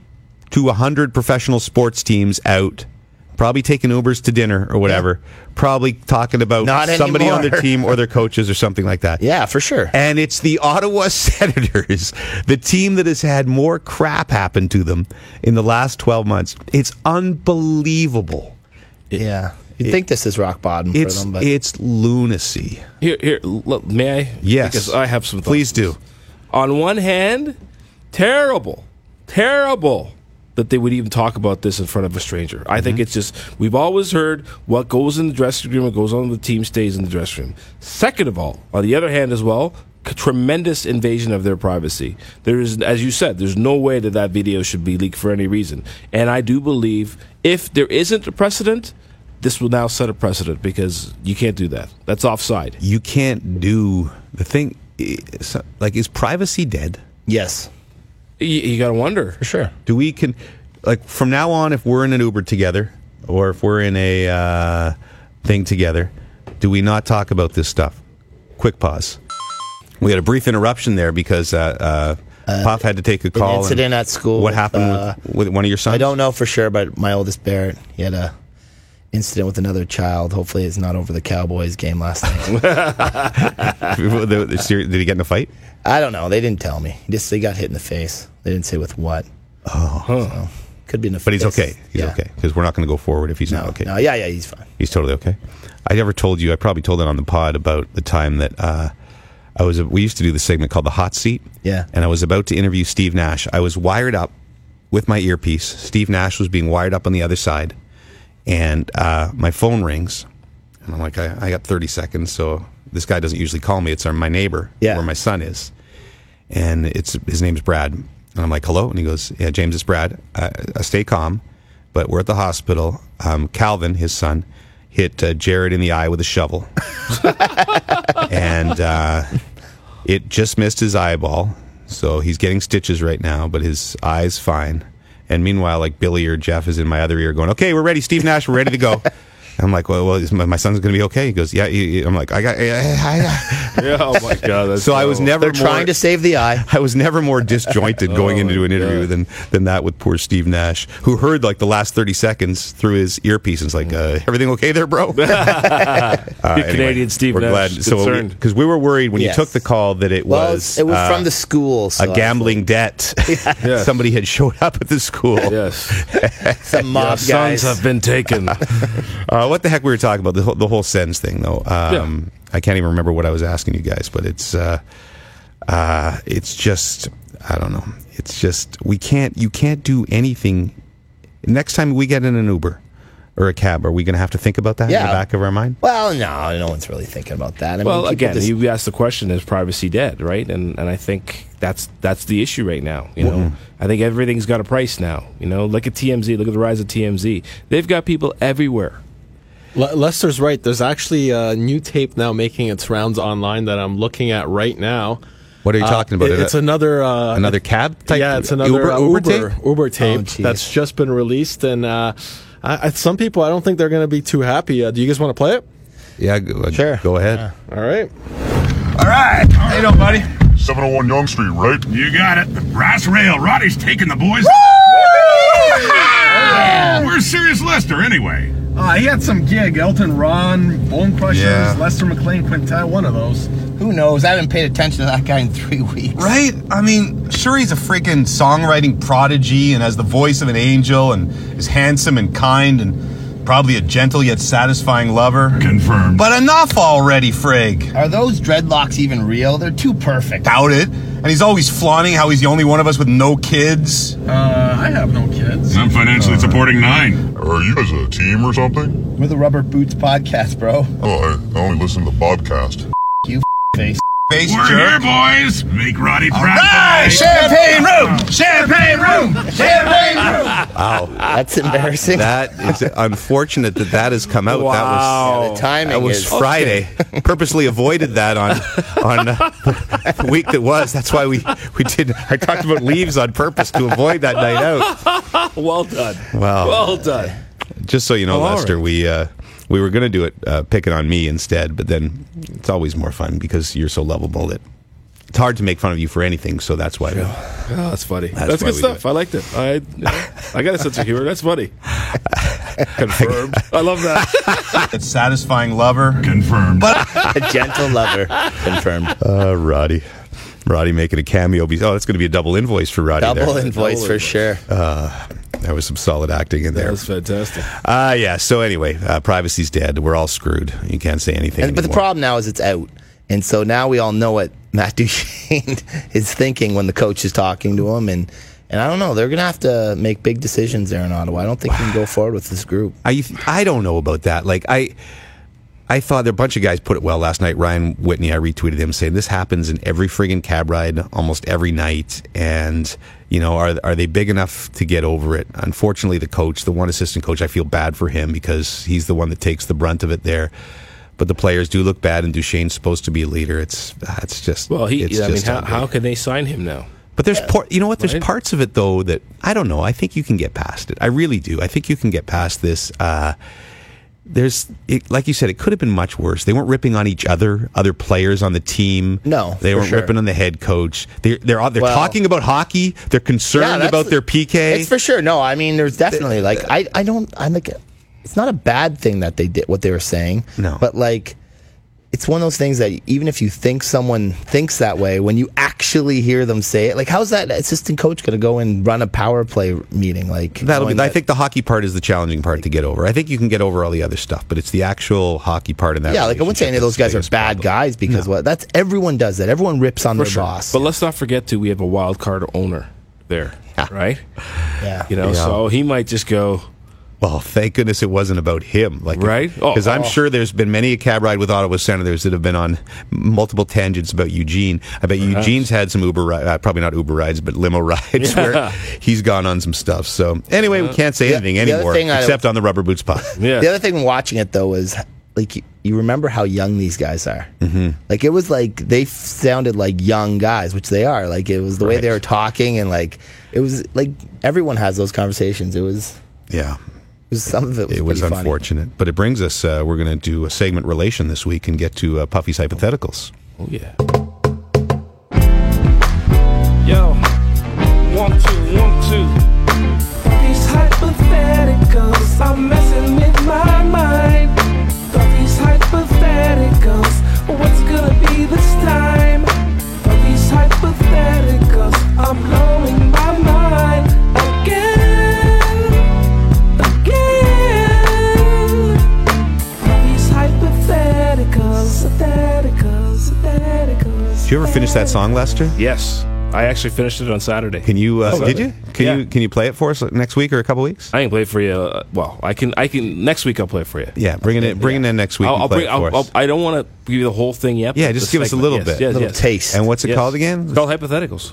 [SPEAKER 2] to hundred professional sports teams out, probably taking Ubers to dinner or whatever. Probably talking about
[SPEAKER 3] Not
[SPEAKER 2] somebody on their
[SPEAKER 3] anymore.
[SPEAKER 2] team or their coaches or something like that.
[SPEAKER 3] yeah, for sure.
[SPEAKER 2] And it's the Ottawa Senators, the team that has had more crap happen to them in the last 12 months. It's unbelievable.
[SPEAKER 3] yeah. You'd think this is rock bottom for
[SPEAKER 2] It's
[SPEAKER 3] them, but
[SPEAKER 2] it's lunacy.
[SPEAKER 4] Here, here. l- may I?
[SPEAKER 2] Yes.
[SPEAKER 4] Because I have some. Thoughts.
[SPEAKER 2] Please do.
[SPEAKER 4] On one hand, terrible, terrible that they would even talk about this in front of a stranger. I
[SPEAKER 2] Mm-hmm.
[SPEAKER 4] think it's just we've always heard what goes in the dressing room, what goes on in the team stays in the dressing room. Second of all, on the other hand, as well. c- Tremendous invasion of their privacy. There is, as you said, there's no way that that video should be leaked for any reason. And I do believe if there isn't a precedent, This will now set a precedent because you can't do that. That's offside.
[SPEAKER 2] You can't do the thing. is- Like, is privacy dead?
[SPEAKER 3] Yes,
[SPEAKER 4] You, you got to wonder.
[SPEAKER 3] for sure.
[SPEAKER 2] Do we can, like, from now on, if we're in an Uber together or if we're in a uh, thing together, do we not talk about this stuff? Quick pause. We had a brief interruption there because uh, uh, Pop had to take a call. and
[SPEAKER 3] incident at school
[SPEAKER 2] What
[SPEAKER 3] with,
[SPEAKER 2] happened
[SPEAKER 3] uh,
[SPEAKER 2] with, with one of your sons?
[SPEAKER 3] I don't know for sure, but my oldest Barrett, he had a incident with another child. Hopefully, it's not over the Cowboys game last night.
[SPEAKER 2] The- the- the ser- Did he get in a fight?
[SPEAKER 3] I don't know. They didn't tell me. He Just they got hit in the face. They didn't say with what. Oh, could be in the.
[SPEAKER 2] But he's
[SPEAKER 3] face.
[SPEAKER 2] okay. He's
[SPEAKER 3] Yeah.
[SPEAKER 2] okay because we're not going to go forward if he's not okay.
[SPEAKER 3] No, yeah, yeah, he's fine.
[SPEAKER 2] He's totally okay. I never told you. I probably told it on the pod about the time that uh, I was. We used to do this segment called the hot seat.
[SPEAKER 3] Yeah.
[SPEAKER 2] And I was about to interview Steve Nash. I was wired up with my earpiece. Steve Nash was being wired up on the other side, and uh, my phone rings, and I'm like, I, I got 30 seconds. So this guy doesn't usually call me. It's our, my neighbor,
[SPEAKER 3] Yeah.
[SPEAKER 2] where my son is, and it's his name's Brad. And I'm like, hello, and he goes, yeah, James, it's Brad. Uh, uh, stay calm, but we're at the hospital. Um, Calvin, his son, hit uh, Jared in the eye with a shovel, and uh, it just missed his eyeball, so he's getting stitches right now, but his eye's fine. And meanwhile, like Billy or Jeff is in my other ear going, "Okay, we're ready, Steve Nash, we're ready to go." I'm like, "Well, well is my, my son's going to be okay." He goes, "Yeah." you- you-" I'm like, "I got." I, I-
[SPEAKER 4] Yeah, oh my god. That's
[SPEAKER 2] So I was never.
[SPEAKER 3] They're
[SPEAKER 2] more-
[SPEAKER 3] trying to Oh save the eye.
[SPEAKER 2] I was never more disjointed going into an interview than than that with poor Steve Nash, who heard like the last thirty seconds through his earpiece and was like,
[SPEAKER 3] Mm.
[SPEAKER 2] uh, "Everything okay there, bro?" Uh, anyway,
[SPEAKER 4] Canadian Steve
[SPEAKER 2] we're
[SPEAKER 4] Nash,
[SPEAKER 2] so
[SPEAKER 4] concerned.
[SPEAKER 2] because we were worried when
[SPEAKER 3] Yes.
[SPEAKER 2] you took the call that it
[SPEAKER 3] Well,
[SPEAKER 2] was
[SPEAKER 3] it was
[SPEAKER 2] uh,
[SPEAKER 3] from the school. So
[SPEAKER 2] a gambling debt. Somebody had showed up at the school.
[SPEAKER 4] Yes.
[SPEAKER 3] Some mob guys.
[SPEAKER 4] Sons have been taken.
[SPEAKER 2] Uh, what the heck we were talking about? The whole, the whole sends thing, though. Um, I can't even remember what I was asking you guys, but it's uh, uh, it's just I don't know. It's just we can't. You can't do anything. Next time we get in an Uber or a cab, are we going to have to think about that in
[SPEAKER 3] Yeah.
[SPEAKER 2] the back of our mind?
[SPEAKER 3] Well, no, no one's really thinking about that. I mean,
[SPEAKER 4] well,
[SPEAKER 3] people
[SPEAKER 4] again,
[SPEAKER 3] just-
[SPEAKER 4] you asked the question: Is privacy dead? Right, and and I think that's that's the issue right now. You know, I think everything's got a price now. You know, look at TMZ. Look at the rise of TMZ. They've got people everywhere.
[SPEAKER 6] Le- Lester's right. There's actually a new tape now making its rounds online that I'm looking at right now.
[SPEAKER 2] What are you
[SPEAKER 6] Uh,
[SPEAKER 2] talking about?
[SPEAKER 6] it- it's another uh,
[SPEAKER 2] another cab type.
[SPEAKER 6] Yeah, it's another Uber, uh, Uber, tape, Uber tape
[SPEAKER 3] Oh, geez.
[SPEAKER 6] that's just been released, and uh, I, I, some people I don't think they're going to be too happy. Uh, do you guys want to play it?
[SPEAKER 2] Yeah, go, uh,
[SPEAKER 3] Sure.
[SPEAKER 2] Go ahead.
[SPEAKER 6] All right.
[SPEAKER 9] All right. How you doing, buddy?
[SPEAKER 5] 701 Young oh Street, right?
[SPEAKER 9] You got it. Brass rail. Roddy's taking the boys. Where's Serious Lester anyway?
[SPEAKER 10] Uh, he had some gig. Elton Ron, Bone Crushers,
[SPEAKER 2] Yeah.
[SPEAKER 10] Lester McLean Quintet, one of those.
[SPEAKER 3] who knows? I haven't paid attention to that guy in three weeks.
[SPEAKER 2] Right? I mean, sure, he's a freaking songwriting prodigy and has the voice of an angel and is handsome and kind and probably a gentle yet satisfying lover.
[SPEAKER 9] Confirmed.
[SPEAKER 2] But enough already, Frigg.
[SPEAKER 3] Are those dreadlocks even real? They're too perfect.
[SPEAKER 2] Doubt it. And he's always flaunting how he's the only one of us with no kids.
[SPEAKER 10] Uh, I have no kids.
[SPEAKER 9] I'm financially supporting nine.
[SPEAKER 5] Uh, Are you guys a team or something?
[SPEAKER 3] We're the Rubber Boots Podcast, bro.
[SPEAKER 5] Oh, I only listen to Bobcast.
[SPEAKER 3] Face.
[SPEAKER 2] Face
[SPEAKER 9] We're
[SPEAKER 2] jerk.
[SPEAKER 9] here, boys. Make Roddy proud.
[SPEAKER 2] Right,
[SPEAKER 9] tonight.
[SPEAKER 2] champagne room! Champagne room! Champagne room!
[SPEAKER 3] That's embarrassing.
[SPEAKER 2] Ah, That is unfortunate that that has come out. That was
[SPEAKER 4] Wow.
[SPEAKER 3] the timing
[SPEAKER 2] That was
[SPEAKER 3] is
[SPEAKER 2] Friday. Purposely avoided that on on uh, the week that was. That's why we we did. I talked about leaves on purpose to avoid that night out.
[SPEAKER 4] Well done.
[SPEAKER 2] Wow.
[SPEAKER 4] Well done.
[SPEAKER 2] Just so you know,
[SPEAKER 4] Oh, all
[SPEAKER 2] Lester,
[SPEAKER 4] right.
[SPEAKER 2] we uh, we were going to do it uh, picking on me instead, but then it's always more fun because you're so lovable that it's hard to make fun of you for anything. So that's why. we-
[SPEAKER 4] Oh, that's funny. That's,
[SPEAKER 2] why
[SPEAKER 4] good
[SPEAKER 2] we do
[SPEAKER 4] stuff. I liked it. I I got a sense of humor. That's funny. Confirmed. I love that.
[SPEAKER 2] That satisfying lover.
[SPEAKER 9] Confirmed.
[SPEAKER 3] a gentle lover. Confirmed.
[SPEAKER 2] Uh, Roddy, Roddy making a cameo. Be- Oh, that's going to be a double invoice for Roddy.
[SPEAKER 3] Double
[SPEAKER 2] there.
[SPEAKER 3] invoice for sure.
[SPEAKER 2] There was some solid acting in
[SPEAKER 4] That
[SPEAKER 2] there.
[SPEAKER 4] was fantastic.
[SPEAKER 2] Uh, yeah. So anyway, uh, privacy's dead. We're all screwed. You can't say anything.
[SPEAKER 3] And- but the
[SPEAKER 2] anymore.
[SPEAKER 3] problem now is it's out. And so now we all know what Matt Duchesne is thinking when the coach is talking to him. And, and I don't know. They're going to have to make big decisions there in Ottawa. I don't think we can go forward with this group.
[SPEAKER 2] I I don't know about that. Like I. I thought there a bunch of guys put it well last night. Ryan Whitney, I retweeted him saying this happens in every friggin' cab ride almost every night, and you know are are they big enough to get over it? Unfortunately, the coach, the one assistant coach, I feel bad for him because he's the one that takes the brunt of it there. But the players do look bad, and Duchesne's supposed to be a leader. It's it's just
[SPEAKER 4] Well, he.
[SPEAKER 2] It's
[SPEAKER 4] I mean,
[SPEAKER 2] just
[SPEAKER 4] how,
[SPEAKER 2] ugly.
[SPEAKER 4] how can they sign him now?
[SPEAKER 2] But there's part, you know what? There's
[SPEAKER 4] Right.
[SPEAKER 2] parts of it though that I don't know. I think you can get past it. I really do. I think you can get past this. Uh, there's, it, like you said, it could have been much worse. They weren't ripping on each other, other players on the team.
[SPEAKER 3] No,
[SPEAKER 2] they
[SPEAKER 3] for
[SPEAKER 2] weren't
[SPEAKER 3] sure.
[SPEAKER 2] ripping on the head coach. They're they're they're
[SPEAKER 3] Well-
[SPEAKER 2] talking about hockey. They're
[SPEAKER 3] Yeah,
[SPEAKER 2] concerned
[SPEAKER 3] that's-
[SPEAKER 2] about their PK.
[SPEAKER 3] It's for sure. No, I mean, there's definitely like I, I don't I like it's not a bad thing that they did what they were saying.
[SPEAKER 2] No.
[SPEAKER 3] but like it's one of those things that even if you think someone thinks that way, when you actually hear them say it, like how's that assistant coach going to go and run a power play meeting? Like
[SPEAKER 2] That'll be.
[SPEAKER 3] knowing
[SPEAKER 2] I think the hockey part is the challenging part to get over. I think you can get over all the other stuff, but it's the actual hockey part in that.
[SPEAKER 3] Yeah, like I wouldn't say any of those guys are bad guys because what that's everyone does that. Everyone rips on their boss.
[SPEAKER 4] But let's not forget too, we have a wild card owner there, right?
[SPEAKER 3] yeah.
[SPEAKER 4] You know,
[SPEAKER 2] Yeah.
[SPEAKER 4] so he might just go.
[SPEAKER 2] Well, thank goodness it wasn't about him. Like,
[SPEAKER 4] Right? Oh.
[SPEAKER 2] Because I'm sure there's been many a cab ride with Ottawa Senators that have been on multiple tangents about Eugene. I bet Eugene's had some Uber, ri- uh, probably not Uber rides, but limo rides where he's gone on some stuff. So anyway, we can't say anything
[SPEAKER 3] the other
[SPEAKER 2] anymore
[SPEAKER 3] thing I-
[SPEAKER 2] except on the rubber boots pod.
[SPEAKER 4] Yeah.
[SPEAKER 3] The other thing watching it though is like you, you remember how young these guys are. Mm-hmm. Like it was like they f- sounded like young guys, which they are. Like it was the way they were talking and like it was like everyone has those conversations. It was,
[SPEAKER 2] yeah.
[SPEAKER 3] it was some of it was,
[SPEAKER 2] It was
[SPEAKER 3] pretty funny.
[SPEAKER 2] unfortunate, but it brings us. Uh, we're going to do a segment relation this week and get to uh, Puffy's hypotheticals.
[SPEAKER 4] Oh yeah.
[SPEAKER 1] Yo, one, two, one, two. These hypotheticals are messing with my mind. These hypotheticals, what's gonna be this time? These hypotheticals are blowing my mind again, again. These hypotheticals, hypotheticals, hypotheticals.
[SPEAKER 2] Did you ever finish that song, Lester?
[SPEAKER 4] Yes, I actually finished it on Saturday.
[SPEAKER 2] Can you? Uh,
[SPEAKER 4] Oh,
[SPEAKER 2] did
[SPEAKER 4] really?
[SPEAKER 2] you? Can
[SPEAKER 4] Yeah.
[SPEAKER 2] you? Can you play it for us next week or a couple weeks?
[SPEAKER 4] I can play it for you. Uh, well, I can. I can. Next week I'll play it for you.
[SPEAKER 2] Yeah, bring it in. Bring it in next week.
[SPEAKER 4] I'll,
[SPEAKER 2] and
[SPEAKER 4] I'll
[SPEAKER 2] play it
[SPEAKER 4] bring.
[SPEAKER 2] for
[SPEAKER 4] I'll, I'll,
[SPEAKER 2] us.
[SPEAKER 4] I don't want to give you the whole thing yet.
[SPEAKER 2] Yeah,
[SPEAKER 4] but
[SPEAKER 2] just
[SPEAKER 4] the
[SPEAKER 2] give us a
[SPEAKER 4] segment.
[SPEAKER 2] little
[SPEAKER 4] Yes,
[SPEAKER 2] bit.
[SPEAKER 4] yes,
[SPEAKER 3] Little
[SPEAKER 4] yes.
[SPEAKER 3] taste.
[SPEAKER 2] and what's it
[SPEAKER 4] Yes.
[SPEAKER 2] called again? Oh.
[SPEAKER 4] It's called hypotheticals.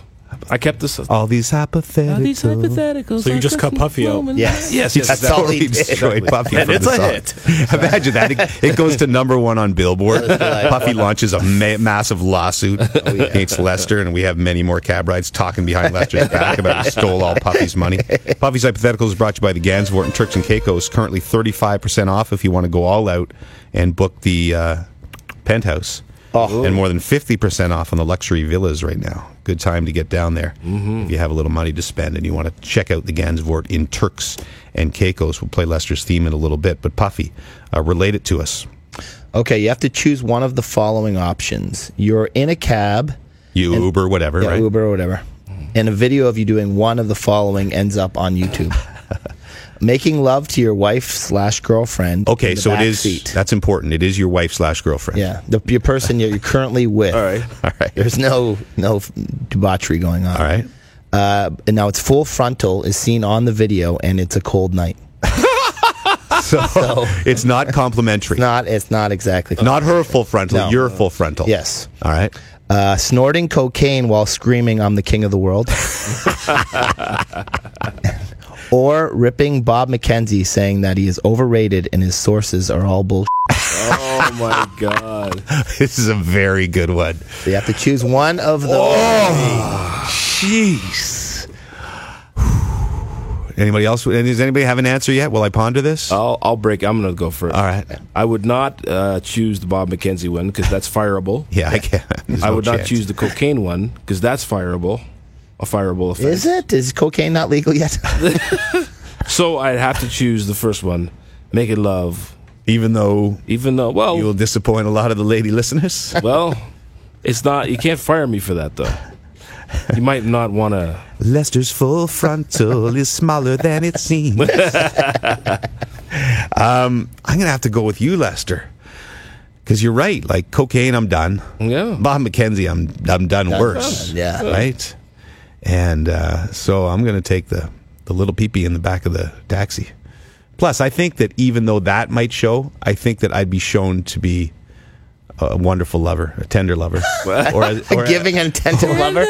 [SPEAKER 4] I kept this.
[SPEAKER 2] All these hypotheticals.
[SPEAKER 1] All these hypotheticals.
[SPEAKER 6] So you
[SPEAKER 1] are
[SPEAKER 6] just cut Puffy out.
[SPEAKER 1] moment-
[SPEAKER 3] Yes.
[SPEAKER 4] Yes, yes,
[SPEAKER 3] That's all
[SPEAKER 2] Totally
[SPEAKER 3] he did.
[SPEAKER 2] destroyed Puffy
[SPEAKER 6] And
[SPEAKER 2] from
[SPEAKER 6] it's
[SPEAKER 2] the
[SPEAKER 6] a
[SPEAKER 2] song.
[SPEAKER 6] hit.
[SPEAKER 2] Imagine that. It, it goes to number one on Billboard. Puffy launches a ma- massive lawsuit against Lester, and we have many more cab rides talking behind Lester's back about he stole all Puffy's money. Puffy's Hypotheticals is brought to you by the Gansvort and Turks and Caicos. Currently 35% off if you want to go all out and book the uh, penthouse.
[SPEAKER 3] Oh.
[SPEAKER 2] And more than 50% off on the luxury villas right now. Good time to get down there
[SPEAKER 3] Mm-hmm.
[SPEAKER 2] if you have a little money to spend and you want to check out the Gansvort in Turks and Caicos. We'll play Lester's theme in a little bit, but Puffy, uh, relate it to us.
[SPEAKER 3] Okay, you have to choose one of the following options. You're in a cab,
[SPEAKER 2] You Uber, whatever,
[SPEAKER 3] yeah,
[SPEAKER 2] right?
[SPEAKER 3] Uber or whatever, and a video of you doing one of the following ends up on YouTube. Making love to your wife slash girlfriend.
[SPEAKER 2] Okay,
[SPEAKER 3] in the
[SPEAKER 2] so it
[SPEAKER 3] back
[SPEAKER 2] is.
[SPEAKER 3] seat.
[SPEAKER 2] That's important. It is your wife slash girlfriend.
[SPEAKER 3] Yeah, the your person you're currently with. All right, all right. There's no no f- debauchery going on.
[SPEAKER 2] All right.
[SPEAKER 3] uh, and now it's full frontal is seen on the video, and it's a cold night.
[SPEAKER 2] So, it's not complimentary.
[SPEAKER 3] Not it's not exactly.
[SPEAKER 2] Not her full frontal.
[SPEAKER 3] No.
[SPEAKER 2] Your full frontal.
[SPEAKER 3] Yes.
[SPEAKER 2] All right.
[SPEAKER 3] Uh, snorting cocaine while screaming, "I'm the king of the world," or ripping Bob McKenzie, saying that he is overrated and his sources are all bullshit.
[SPEAKER 4] Oh my god!
[SPEAKER 2] This is a very good one.
[SPEAKER 3] So you have to choose one of the.
[SPEAKER 2] Jeez. Anybody else? Does anybody have an answer yet? Will I ponder this?
[SPEAKER 4] I'll I'll break. I'm gonna go first.
[SPEAKER 2] All right.
[SPEAKER 4] I would not uh, choose the Bob McKenzie one because that's fireable.
[SPEAKER 2] Yeah, I can't. there's
[SPEAKER 4] I
[SPEAKER 2] no
[SPEAKER 4] would not
[SPEAKER 2] chance.
[SPEAKER 4] choose the cocaine one because that's fireable, a fireable offense.
[SPEAKER 3] Is it? Is cocaine not legal yet?
[SPEAKER 4] So I'd have to choose the first one, make it love,
[SPEAKER 2] Even though
[SPEAKER 4] even though well,
[SPEAKER 2] you will disappoint a lot of the lady listeners.
[SPEAKER 4] well, it's not. You can't fire me for that though. You might not want to.
[SPEAKER 2] Lester's full frontal is smaller than it seems. um, I'm going to have to go with you, Lester. Because you're right. Like cocaine, I'm done.
[SPEAKER 4] Yeah.
[SPEAKER 2] Bob McKenzie, I'm, I'm done worse.
[SPEAKER 3] yeah.
[SPEAKER 2] Right? And uh, so I'm going to take the, the little peepee in the back of the taxi. Plus, I think that even though that might show, I think that I'd be shown to be a wonderful lover, a tender lover, or, a,
[SPEAKER 3] A giving and attentive lover.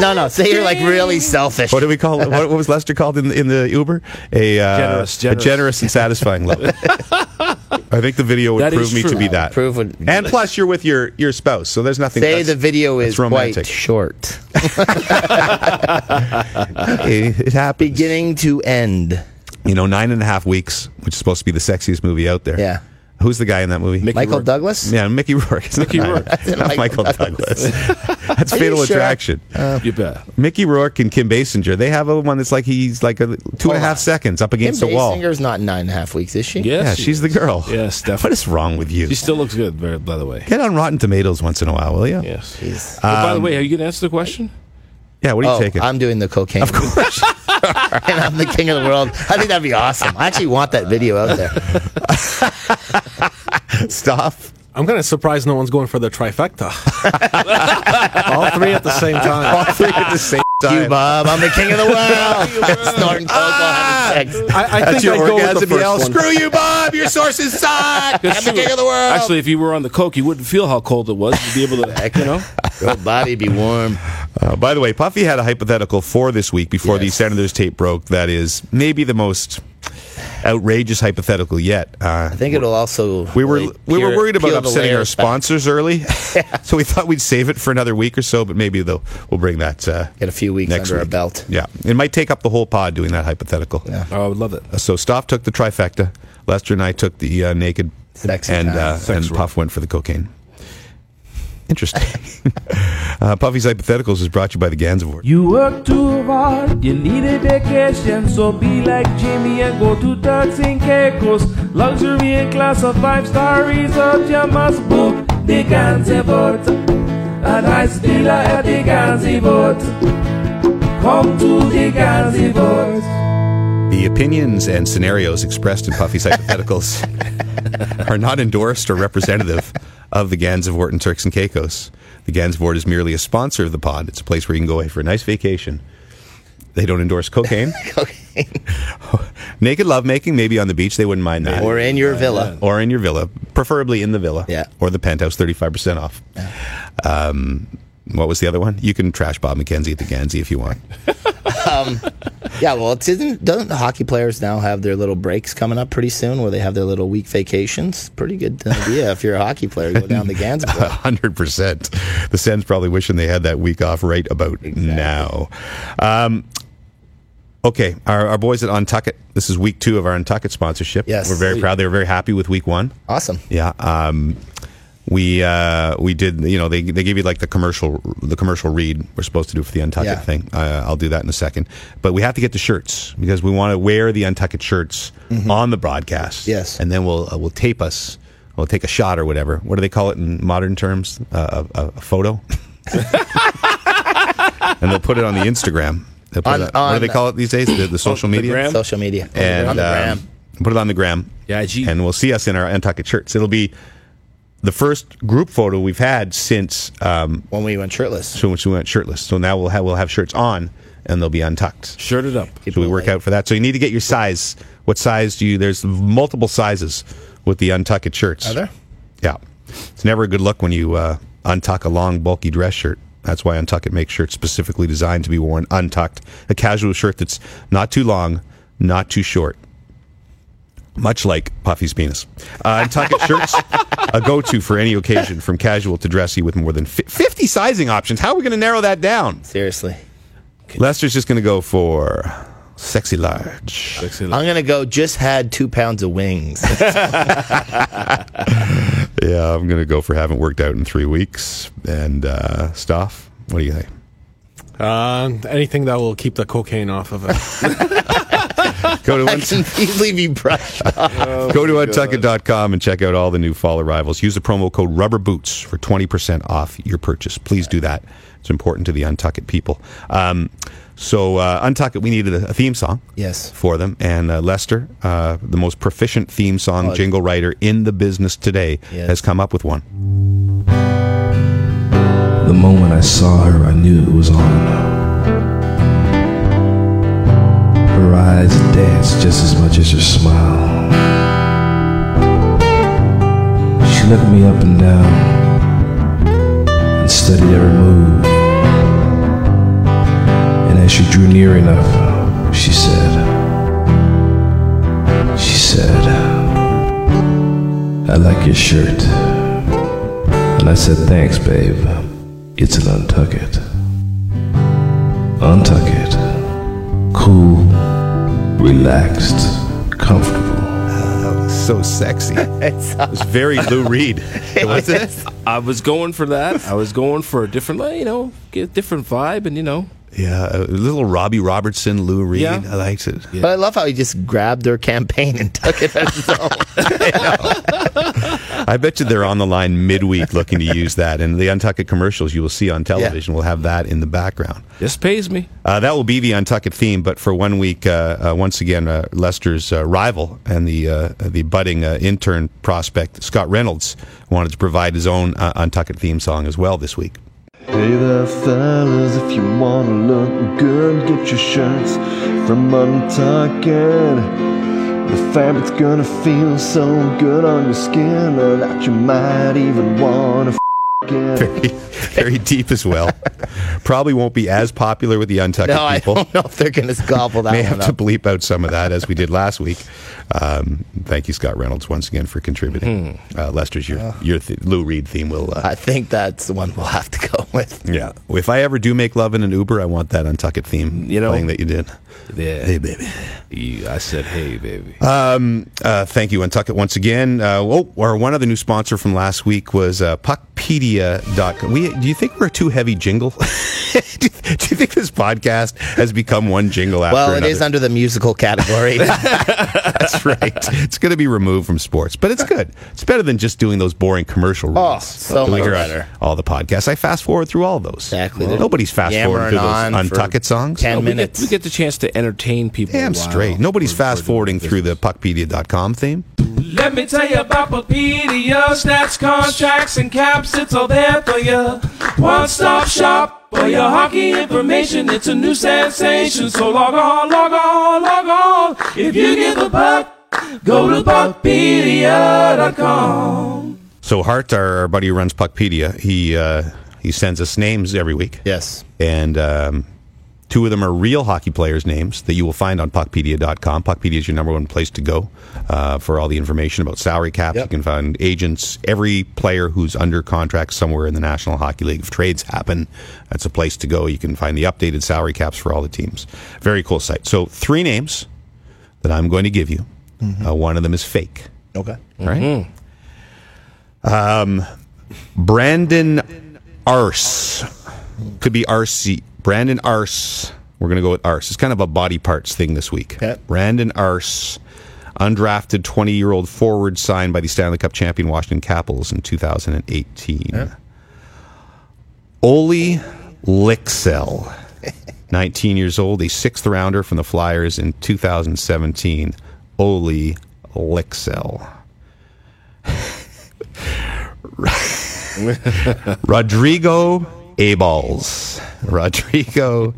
[SPEAKER 3] no, no. Say you're like really selfish.
[SPEAKER 2] What do we call? What, what was Lester called in, in the Uber? A uh,
[SPEAKER 4] Generous, generous.
[SPEAKER 2] a generous and satisfying love. I think the video would
[SPEAKER 4] That
[SPEAKER 2] prove
[SPEAKER 4] is
[SPEAKER 2] me to
[SPEAKER 4] true.
[SPEAKER 2] be that.
[SPEAKER 3] Prove would-
[SPEAKER 2] and plus, you're with your your spouse, so there's nothing.
[SPEAKER 3] Say
[SPEAKER 2] that's-
[SPEAKER 3] the video
[SPEAKER 2] that's
[SPEAKER 3] is
[SPEAKER 2] romantic.
[SPEAKER 3] quite short,
[SPEAKER 2] It, it happens.
[SPEAKER 3] beginning to end.
[SPEAKER 2] You know, nine and a half weeks, which is supposed to be the sexiest movie out there.
[SPEAKER 3] Yeah.
[SPEAKER 2] Who's the guy in that movie?
[SPEAKER 3] Michael
[SPEAKER 4] Rourke.
[SPEAKER 3] Douglas.
[SPEAKER 2] Yeah, Mickey Rourke. It's
[SPEAKER 4] Mickey
[SPEAKER 2] not,
[SPEAKER 4] Rourke.
[SPEAKER 2] Not Michael
[SPEAKER 3] Michael
[SPEAKER 2] Douglas. That's
[SPEAKER 3] Are you
[SPEAKER 2] Fatal
[SPEAKER 3] sure? Uh,
[SPEAKER 2] Attraction.
[SPEAKER 4] You bet.
[SPEAKER 2] Mickey Rourke and Kim Basinger. They have a one that's like he's like a, two and a half seconds up
[SPEAKER 3] Kim
[SPEAKER 2] against a wall.
[SPEAKER 3] Basinger's not nine and a half weeks, is she?
[SPEAKER 4] Yes,
[SPEAKER 2] Yeah,
[SPEAKER 4] she
[SPEAKER 2] she's
[SPEAKER 4] is.
[SPEAKER 2] the girl.
[SPEAKER 4] Yes,
[SPEAKER 2] What
[SPEAKER 4] definitely.
[SPEAKER 2] is wrong with you?
[SPEAKER 4] She still looks good, by by the way.
[SPEAKER 2] Get on Rotten Tomatoes once in a while, will you?
[SPEAKER 4] Yes.
[SPEAKER 3] Jeez.
[SPEAKER 4] But
[SPEAKER 2] Um,
[SPEAKER 4] by the way, are you going to answer the question?
[SPEAKER 2] Yeah, what do you
[SPEAKER 3] Oh,
[SPEAKER 2] take it?
[SPEAKER 3] I'm doing the cocaine. Of course. and I'm the king of the world. I think that'd be awesome. I actually want that video out there.
[SPEAKER 2] Stop.
[SPEAKER 6] I'm kind of surprised no one's going for the trifecta. All three at the same time.
[SPEAKER 2] All three at the same
[SPEAKER 3] You,
[SPEAKER 2] time.
[SPEAKER 3] Bob. I'm the king of the world. Snorting coke while
[SPEAKER 2] Ah!
[SPEAKER 3] having sex.
[SPEAKER 6] I, I
[SPEAKER 2] That's
[SPEAKER 6] think
[SPEAKER 2] your
[SPEAKER 6] I'd go with the
[SPEAKER 2] orgasm
[SPEAKER 6] first
[SPEAKER 2] yell.
[SPEAKER 6] one.
[SPEAKER 2] Screw you, Bob. Your sources suck. I'm the king of the world.
[SPEAKER 4] Actually, if you were on the coke, you wouldn't feel how cold it was. You'd be able to, you know.
[SPEAKER 3] Your body be warm.
[SPEAKER 2] Uh, by the way, Puffy had a hypothetical for this week before the
[SPEAKER 3] Yes.
[SPEAKER 2] Senators tape broke. That is maybe the most outrageous hypothetical yet. Uh,
[SPEAKER 3] I think it'll also.
[SPEAKER 2] we were
[SPEAKER 3] really
[SPEAKER 2] we were
[SPEAKER 3] peel-
[SPEAKER 2] worried about
[SPEAKER 3] peel the
[SPEAKER 2] upsetting our
[SPEAKER 3] layers back.
[SPEAKER 2] sponsors early, so we thought we'd save it for another week or so. But maybe though we'll bring that uh,
[SPEAKER 3] Get a few weeks
[SPEAKER 2] next
[SPEAKER 3] under our
[SPEAKER 2] week.
[SPEAKER 3] belt.
[SPEAKER 2] Yeah, it might take up the whole pod doing that hypothetical.
[SPEAKER 4] Oh, I would love it.
[SPEAKER 2] Uh, So Stoff took the trifecta. Lester and I took the uh, naked,
[SPEAKER 3] Sexy
[SPEAKER 2] and
[SPEAKER 3] time.
[SPEAKER 2] uh, and Puff went for the cocaine. Interesting. uh, Puffy's hypotheticals is brought to you by the Gansevoort.
[SPEAKER 1] You work too hard, you need a vacation, so be like Jimmy and go to Turks and Caicos. Luxury and class of five star resort, you must book the Gansevoort. A nice villa at the Gansevoort. Come to the Gansevoort.
[SPEAKER 2] The opinions and scenarios expressed in Puffy's hypotheticals are not endorsed or representative of the Gansevoort and Turks and Caicos. The Gansevoort is merely a sponsor of the pod. It's a place where you can go away for a nice vacation. They don't endorse cocaine. Naked lovemaking, maybe on the beach, they wouldn't mind that.
[SPEAKER 3] Or in your villa.
[SPEAKER 2] Or in your villa, preferably in the villa.
[SPEAKER 3] Yeah.
[SPEAKER 2] Or the penthouse, 35% off. Um, what was the other one? You can trash Bob McKenzie at the Gansey if you want.
[SPEAKER 3] Yeah, well, it's isn't doesn't the hockey players now have their little breaks coming up pretty soon where they have their little week vacations? Pretty good idea if you're a hockey player, go down to Gansborough.
[SPEAKER 2] hundred percent. The Sens probably wishing they had that week off right about now. Um, okay, our, our boys at Untucket. This is week two of our Untucket sponsorship.
[SPEAKER 3] Yes.
[SPEAKER 2] we're very proud. They were very happy with week one.
[SPEAKER 3] Awesome.
[SPEAKER 2] Yeah. Um, we uh, we did you know they they give you like the commercial the commercial read we're supposed to do for the Untucket
[SPEAKER 3] Yeah.
[SPEAKER 2] thing. Uh, I'll do that in a second, but we have to get the shirts because we want to wear the Untucket shirts on the broadcast.
[SPEAKER 3] Mm-hmm. Yes.
[SPEAKER 2] and then we'll uh, we'll tape us. We'll take a shot or whatever. What do they call it in modern terms? Uh, a, a, a photo. and they'll put it on the Instagram. They'll put
[SPEAKER 3] On-
[SPEAKER 2] it what do
[SPEAKER 3] on-
[SPEAKER 2] they call it these days? The, the social media
[SPEAKER 4] gram?
[SPEAKER 3] Social media.
[SPEAKER 2] and
[SPEAKER 3] on the
[SPEAKER 2] um,
[SPEAKER 3] gram.
[SPEAKER 2] put it on the gram.
[SPEAKER 4] Yeah, gee.
[SPEAKER 2] and we'll see us in our Nantucket shirts. It'll be the first group photo we've had since um,
[SPEAKER 3] when we went shirtless.
[SPEAKER 2] since we went shirtless. So now we'll have we'll have shirts on, and they'll be untucked.
[SPEAKER 4] Shirt it up.
[SPEAKER 2] So we work out for that. So you need to get your size. What size do you? There's multiple sizes with the untucked shirts.
[SPEAKER 3] Are there?
[SPEAKER 2] Yeah, it's never a good look when you uh, untuck a long, bulky dress shirt. That's why Untuckit makes shirts specifically designed to be worn untucked, a casual shirt that's not too long, not too short. Much like Puffy's penis. Uh, Untuckit shirts, a go to for any occasion, from casual to dressy with more than fi- 50 sizing options. How are we going to narrow that down?
[SPEAKER 3] Seriously.
[SPEAKER 2] Lester's just going to go for sexy large.
[SPEAKER 3] I'm gonna go just had two pounds of wings.
[SPEAKER 2] Yeah, I'm going to go for haven't worked out in three weeks. And uh, Stoff, what do you think?
[SPEAKER 6] Uh, anything that will keep the cocaine off of it.
[SPEAKER 2] Go to
[SPEAKER 3] I can easily be brushed off.
[SPEAKER 2] Go to untuckit.com and check out all the new fall arrivals. Use the promo code Rubber Boots for 20% off your purchase. Please do that. It's important to the Untuckit people. Um, so, uh, Untuckit, we needed a, a theme song
[SPEAKER 3] Yes.
[SPEAKER 2] for them. And uh, Lester, uh, the most proficient theme song
[SPEAKER 3] Oh,
[SPEAKER 2] jingle writer in the business today,
[SPEAKER 3] Yes.
[SPEAKER 2] has come up with one.
[SPEAKER 1] The moment I saw her, I knew it was on. Her
[SPEAKER 11] her eyes danced just as much as her smile. She looked me up and down and studied every move. And as she drew near enough, she said, She said, I like your shirt. And I said, Thanks, babe. It's an untuck it. Untuck it. Cool, relaxed, comfortable.
[SPEAKER 2] So sexy.
[SPEAKER 3] it
[SPEAKER 2] was very Lou Reed.
[SPEAKER 4] was I was going for that. I was going for a different, like, you know, get a different vibe, and you know,
[SPEAKER 2] Yeah, a little Robbie Robertson, Lou Reed.
[SPEAKER 4] Yeah.
[SPEAKER 2] I liked it.
[SPEAKER 3] But I love how he just grabbed their campaign and took it as his own.
[SPEAKER 2] I bet you they're on the line midweek looking to use that, and the Untucked commercials you will see on television will have that in the background.
[SPEAKER 4] this pays me.
[SPEAKER 2] Uh, that will be the Untucked theme, but for one week, uh, uh, once again, uh, Lester's uh, rival and the uh, the budding uh, intern prospect Scott Reynolds wanted to provide his own uh, Untucked theme song as well this week.
[SPEAKER 11] Hey there, fellas, if you wanna look good, get your shirts from Untucked. The fabric's gonna feel so good on your skin that you might even wanna f it.
[SPEAKER 2] Very, very deep as well. Probably won't be as popular with the Untucked
[SPEAKER 3] No, I
[SPEAKER 2] people.
[SPEAKER 3] don't know if they're going to gobble that
[SPEAKER 2] may
[SPEAKER 3] one
[SPEAKER 2] have
[SPEAKER 3] up.
[SPEAKER 2] to bleep out some of that as we did last week. Um, thank you, Scott Reynolds, once again for contributing. Uh, Lester's your your th- Lou Reed theme will. Uh,
[SPEAKER 3] Hmm. I think that's the one we'll have to go with.
[SPEAKER 2] yeah, if I ever do make love in an Uber, I want that Untucked theme
[SPEAKER 4] You know-
[SPEAKER 2] playing that you did.
[SPEAKER 4] Yeah.
[SPEAKER 2] Hey, baby.
[SPEAKER 4] You- I said, hey, baby.
[SPEAKER 2] Um, uh, thank you, Untuckit, once again. Uh, oh, our one other new sponsor from last week was uh, Puckpedia.com. We, do you think we're a too heavy jingle? do, you- do you think this podcast has become one jingle after
[SPEAKER 3] well,
[SPEAKER 2] another?
[SPEAKER 3] it is under the musical category.
[SPEAKER 2] That's right. It's going to be removed from sports, but it's good. It's better than just doing those boring commercial
[SPEAKER 3] Oh,
[SPEAKER 2] reels.
[SPEAKER 3] so
[SPEAKER 2] that we
[SPEAKER 3] much
[SPEAKER 2] hear on
[SPEAKER 3] better.
[SPEAKER 2] All the podcasts. I fast forward through all those.
[SPEAKER 3] Exactly. They're
[SPEAKER 2] Nobody's fast forwarding
[SPEAKER 3] yammering
[SPEAKER 2] through those
[SPEAKER 3] on for
[SPEAKER 2] Untuckit songs.
[SPEAKER 3] 10
[SPEAKER 4] No, we, get,
[SPEAKER 3] minutes.
[SPEAKER 4] we get the chance to entertain people.
[SPEAKER 2] Damn
[SPEAKER 4] while
[SPEAKER 2] straight. Nobody's
[SPEAKER 4] we're-
[SPEAKER 2] fast
[SPEAKER 4] we're
[SPEAKER 2] forwarding
[SPEAKER 4] doing this.
[SPEAKER 2] through the puckpedia.com theme.
[SPEAKER 1] Let me tell you about Papedia. Stats, contracts, and caps, it's all there for you. One stop shop for your hockey information. It's a new sensation. So log on, log on, log on. If you get the puck, go to Puckpedia.com.
[SPEAKER 2] So Hart, our, our buddy who runs Puckpedia, he uh, he sends us names every week,
[SPEAKER 3] yes.
[SPEAKER 2] and um, two of them are real hockey players' names that you will find on Puckpedia.com. Puckpedia is your number one place to go uh, for all the information about salary caps. You can find agents, every player who's under contract somewhere in the National Hockey League. If trades happen, that's a place to go. You can find the updated salary caps for all the teams. Very cool site. So three names that I'm going to give you. Uh, one of them is fake.
[SPEAKER 3] Okay.
[SPEAKER 2] All right. Um, Brandon Arse could be RC. Brandon Arse. We're gonna go with Arse. It's kind of a body parts thing this week.
[SPEAKER 3] Okay.
[SPEAKER 2] Brandon Arse, undrafted twenty-year-old forward signed by the Stanley Cup champion Washington Capitals in 2018. Oli Lixell, 19 years old, a sixth rounder from the Flyers in 2017. Oli Lixell. Rodrigo Abals. Rodrigo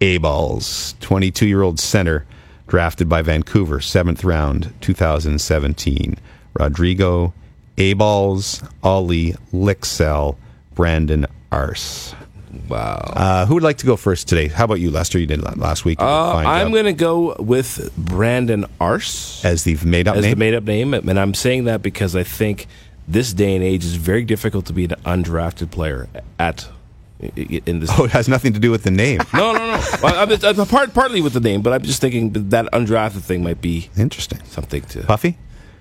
[SPEAKER 2] Abals, 22 year old center, drafted by Vancouver, seventh round, 2017. Rodrigo Abals, Ollie Lixell, Brandon Arse.
[SPEAKER 4] Wow.
[SPEAKER 2] Uh, who would like to go first today? How about you, Lester? You did la- last week. You did
[SPEAKER 4] Uh,
[SPEAKER 2] fine
[SPEAKER 4] I'm
[SPEAKER 2] job.
[SPEAKER 4] going to go with Brandon Arse
[SPEAKER 2] as the made up
[SPEAKER 4] as
[SPEAKER 2] name.
[SPEAKER 4] the made up name. And I'm saying that because I think this day and age is very difficult to be an undrafted player at i- i- in this.
[SPEAKER 2] oh, it has nothing to do with the name.
[SPEAKER 4] No, no, no. I, I'm, I'm part, partly with the name, but I'm just thinking that that undrafted thing might be
[SPEAKER 2] Interesting.
[SPEAKER 4] something to.
[SPEAKER 2] Puffy?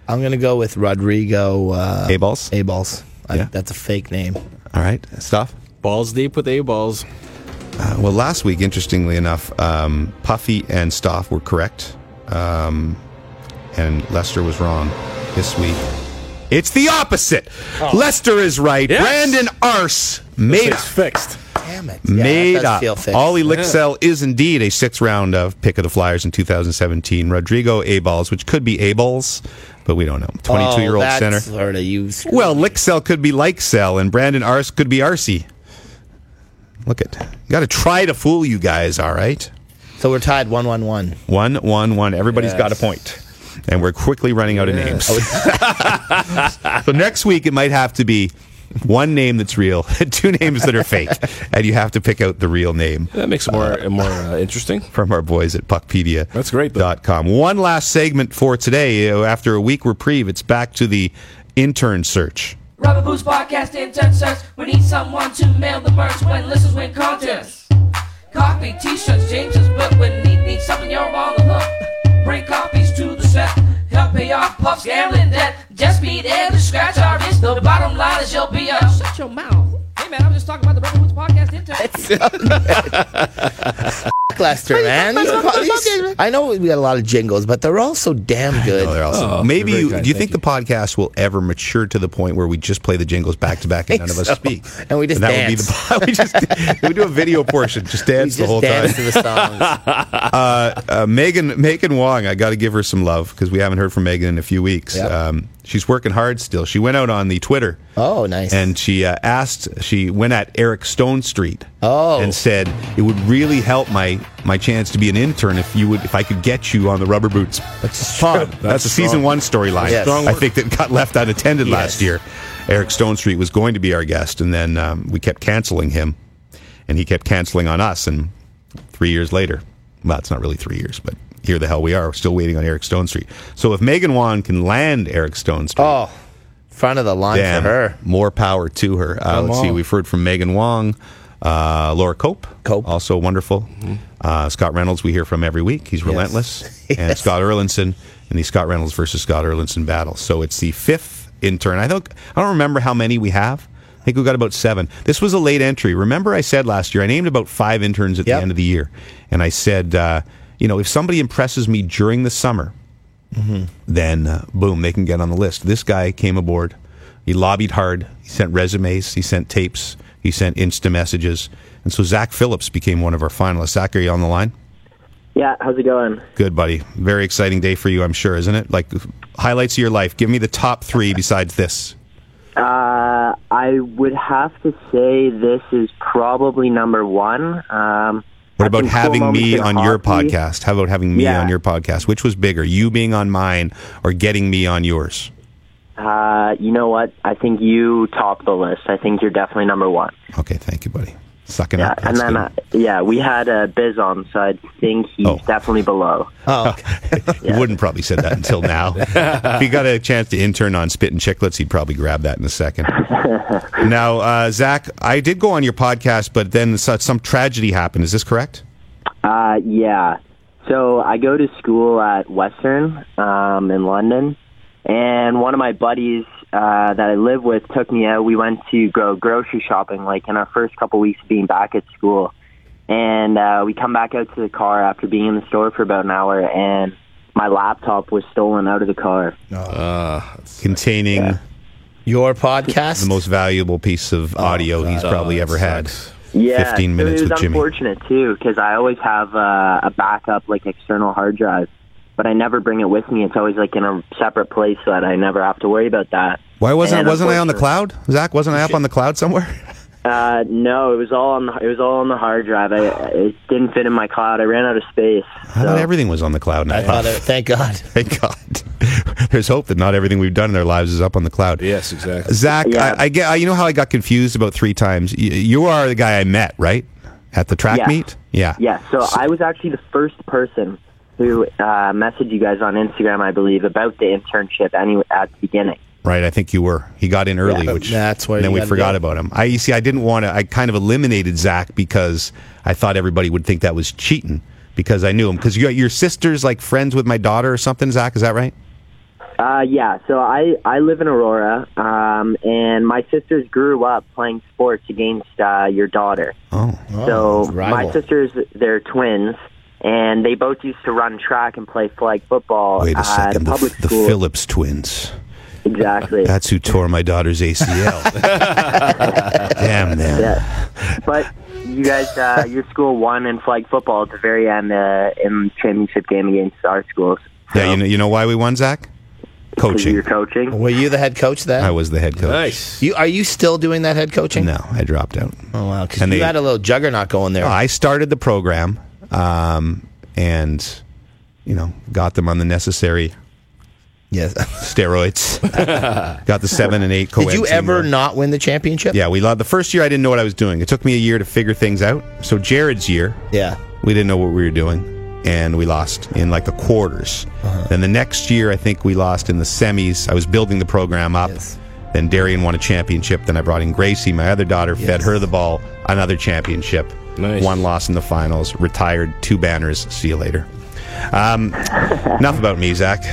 [SPEAKER 3] I'm going to go with Rodrigo uh,
[SPEAKER 2] Abals?
[SPEAKER 3] Abals. I-
[SPEAKER 2] Yeah.
[SPEAKER 3] That's a fake name.
[SPEAKER 2] All right. Stuff?
[SPEAKER 6] Balls deep with A balls.
[SPEAKER 2] Well, last week, interestingly enough, um, Puffy and Stoff were correct, um, and Lester was wrong. This week, it's the opposite. Lester is right. Brandon Arse made up.
[SPEAKER 6] It's fixed.
[SPEAKER 3] Damn it.
[SPEAKER 2] made
[SPEAKER 3] yeah, that does
[SPEAKER 2] up.
[SPEAKER 3] Feel fixed.
[SPEAKER 2] Ollie Lixell is indeed a sixth round of pick of the Flyers in 2017. Rodrigo Abals, which could be Abals, but we don't know. 22 year
[SPEAKER 3] Oh,
[SPEAKER 2] old center.
[SPEAKER 3] Florida, you screwed
[SPEAKER 2] Well,
[SPEAKER 3] me.
[SPEAKER 2] Lixell could be Likesell, and Brandon Arse could be Arcee. Look at, got to try to fool you guys, all right?
[SPEAKER 3] So we're tied one one one.
[SPEAKER 2] One, one, one. Everybody's got a
[SPEAKER 3] Yes.
[SPEAKER 2] point. And we're quickly running out of names. so next week it might have to be one name that's real, two names that are fake, and you have to pick out the real name.
[SPEAKER 4] That makes it more more uh, interesting.
[SPEAKER 2] From our boys at Puckpedia.
[SPEAKER 4] That's great.
[SPEAKER 2] Dot com. One last segment for today. Uh, After a week reprieve, it's back to the intern search.
[SPEAKER 12] Rubber Boots Podcast in 10 cents. We need someone to mail the merch when listeners win contests. Coffee, t-shirts, James's book. We need, need something you're on the hook. Bring copies to the set. Help pay off Puff's gambling debt. Just be there to scratch our wrist. The bottom line is you'll be up. Shut your mouth. Hey man, I'm just talking about the Rubber Boots Podcast in 10
[SPEAKER 3] Lester, man.
[SPEAKER 12] that's not- that's not good,
[SPEAKER 3] These- I know we got a lot of jingles, but they're all so damn good.
[SPEAKER 2] They're awesome. Maybe you, do you think the podcast will ever mature to the point where we just play the jingles back to back and none of us
[SPEAKER 3] so.
[SPEAKER 2] speak?
[SPEAKER 3] And we just
[SPEAKER 2] that
[SPEAKER 3] dance.
[SPEAKER 2] would be the we just we do a video portion, just dance the
[SPEAKER 3] just
[SPEAKER 2] whole
[SPEAKER 3] dance
[SPEAKER 2] time
[SPEAKER 3] to the songs.
[SPEAKER 2] uh, uh, Megan Megan Wong, I got to give her some love because we haven't heard from Megan in a few weeks. Um, she's working hard still. She went out on the Twitter.
[SPEAKER 3] Oh, nice.
[SPEAKER 2] And she uh, asked. She went at Eric Stone Street. Oh. And said it would really help my my chance to be an intern if you would if I could get you on the Rubber Boots. That's fun. That's,
[SPEAKER 4] That's
[SPEAKER 2] a season
[SPEAKER 4] strong.
[SPEAKER 2] one storyline.
[SPEAKER 4] Yes. Strong
[SPEAKER 2] I
[SPEAKER 4] work.
[SPEAKER 2] think that got left unattended last year. Eric Stone Street was going to be our guest, and then um, we kept canceling him, and he kept canceling on us, and three years later. Well, it's not really three years, but here the hell we are. We're still waiting on Eric Stone Street. So if Megan Wan can land Eric Stone Street, oh,
[SPEAKER 3] front of the line
[SPEAKER 2] damn,
[SPEAKER 3] for her.
[SPEAKER 2] More power to her. Uh,
[SPEAKER 3] Come
[SPEAKER 2] let's see.
[SPEAKER 3] on.
[SPEAKER 2] We've heard from Megan Wong, uh, Laura Cope, Cope, also wonderful.
[SPEAKER 3] Mm-hmm.
[SPEAKER 2] Uh, Scott Reynolds, we hear from every week. He's relentless, and Scott Erlinson in the Scott Reynolds versus Scott Erlinson battle. So it's the fifth intern. I think I don't remember how many we have. I think we got about seven. This was a late entry. Remember, I said last year I named about five interns at the end of the year, and I said, uh, you know, if somebody impresses me during the summer, then uh, boom, they can get on the list. This guy came aboard. He lobbied hard. He sent resumes. He sent tapes. He sent Insta messages. And so Zach Phillips became one of our finalists. Zach, are you on the line?
[SPEAKER 13] Yeah, how's it going?
[SPEAKER 2] Good, buddy. Very exciting day for you, I'm sure, isn't it? Like highlights of your life. Give me the top three besides this.
[SPEAKER 13] Uh, I would have to say this is probably number one. Um,
[SPEAKER 2] What
[SPEAKER 13] had
[SPEAKER 2] about
[SPEAKER 13] some cool
[SPEAKER 2] having me
[SPEAKER 13] moments in
[SPEAKER 2] on your
[SPEAKER 13] hockey.
[SPEAKER 2] podcast? How about having me
[SPEAKER 13] Yeah.
[SPEAKER 2] on your podcast? Which was bigger, you being on mine or getting me on yours?
[SPEAKER 13] Uh, you know what? I think you top the list. I think you're definitely number one.
[SPEAKER 2] Okay, thank you, buddy. Sucking
[SPEAKER 13] Yeah,
[SPEAKER 2] up.
[SPEAKER 13] and
[SPEAKER 2] That's
[SPEAKER 13] then
[SPEAKER 2] good.
[SPEAKER 13] uh, yeah, we had uh, Biz on, so I think he's definitely below.
[SPEAKER 2] Oh, you wouldn't probably said that until now. if he got a chance to intern on Spit and Chicklets, he'd probably grab that in a second. now, uh, Zach, I did go on your podcast, but then so- some tragedy happened. Is this correct?
[SPEAKER 13] Uh, yeah. So I go to school at Western um, in London, and one of my buddies uh, that I live with took me out. We went to go grocery shopping, like in our first couple weeks of being back at school, and uh, we come back out to the car after being in the store for about an hour, and my laptop was stolen out of the car.
[SPEAKER 2] Uh, containing your podcast, the most valuable piece of audio he's
[SPEAKER 13] God.
[SPEAKER 2] probably
[SPEAKER 13] Oh,
[SPEAKER 2] ever
[SPEAKER 13] that
[SPEAKER 2] had.
[SPEAKER 13] Yeah,
[SPEAKER 2] fifteen
[SPEAKER 13] so
[SPEAKER 2] minutes
[SPEAKER 13] it was
[SPEAKER 2] with Jimmy.
[SPEAKER 13] unfortunate too because I always have uh, a backup like external hard drive, but I never bring it with me. It's always like in a separate place so that I never have to worry about that.
[SPEAKER 2] Why wasn't
[SPEAKER 13] And
[SPEAKER 2] wasn't I on the
[SPEAKER 13] unfortunate-
[SPEAKER 2] cloud, Zach? Wasn't I up on the cloud somewhere?
[SPEAKER 13] Uh, no, it was all on the it was all on the hard drive. I, it didn't fit in my cloud. I ran out of space.
[SPEAKER 2] I thought everything was on the cloud. and I thought,
[SPEAKER 3] thank God.
[SPEAKER 2] Thank God. There's hope that not everything we've done in our lives is up on the cloud.
[SPEAKER 4] Yes, exactly.
[SPEAKER 2] Zach, I, I get. I, you know how I got confused about three times. You, you are the guy I met, right, at the track
[SPEAKER 13] Yes.
[SPEAKER 2] meet. Yeah.
[SPEAKER 13] Yeah, so I was actually the first person who uh, messaged you guys on Instagram, I believe, about the internship any, at the beginning.
[SPEAKER 2] Right. I think you were. He got in early,
[SPEAKER 13] Yeah.
[SPEAKER 2] which
[SPEAKER 3] That's why
[SPEAKER 2] and then
[SPEAKER 3] you
[SPEAKER 2] we
[SPEAKER 3] gotta
[SPEAKER 2] forgot
[SPEAKER 3] go.
[SPEAKER 2] about him. I you see. I didn't want to. I kind of eliminated Zach because I thought everybody would think that was cheating because I knew him. Because you, your sister's like friends with my daughter or something. Zach, is that right?
[SPEAKER 13] Uh, yeah, so I, I live in Aurora, um, and my sisters grew up playing sports against uh, your daughter.
[SPEAKER 2] Oh.
[SPEAKER 13] so my sisters, they're twins, and they both used to run track and play flag football
[SPEAKER 2] Wait a
[SPEAKER 13] uh, at a
[SPEAKER 2] second. The,
[SPEAKER 13] public
[SPEAKER 2] the
[SPEAKER 13] school.
[SPEAKER 2] Phillips twins.
[SPEAKER 13] Exactly.
[SPEAKER 2] That's who tore my daughter's ACL. Damn them.
[SPEAKER 13] Yeah. But you guys, uh, your school won in flag football at the very end uh, in championship game against our schools.
[SPEAKER 2] Yeah, you know, you know why we won, Zach? Coaching.
[SPEAKER 13] You're coaching.
[SPEAKER 3] Were you the head coach then?
[SPEAKER 2] I was the head coach.
[SPEAKER 3] Nice. You are you still doing that head coaching?
[SPEAKER 2] No, I dropped out.
[SPEAKER 3] Oh wow, because you
[SPEAKER 2] And they- Oh,
[SPEAKER 3] had a little juggernaut going there.
[SPEAKER 2] I started the program, um, and you know got them on the necessary
[SPEAKER 3] yes
[SPEAKER 2] steroids. got the seven and eight.
[SPEAKER 3] Did
[SPEAKER 2] coeds
[SPEAKER 3] you
[SPEAKER 2] in
[SPEAKER 3] ever not win the championship?
[SPEAKER 2] yeah, we loved the first year. I didn't know what I was doing. It took me a year to figure things out. So Jared's year,
[SPEAKER 3] yeah,
[SPEAKER 2] we didn't know what we were doing, and we lost in like the quarters.
[SPEAKER 3] Uh-huh.
[SPEAKER 2] Then the next year, I think we lost in the semis. I was building the program up. Then Darian won a championship. Then I brought in Gracie, my other daughter, fed her the ball. Another championship. Nice. One loss in the finals. Retired. Two banners. See you later. Um, enough about me, Zach.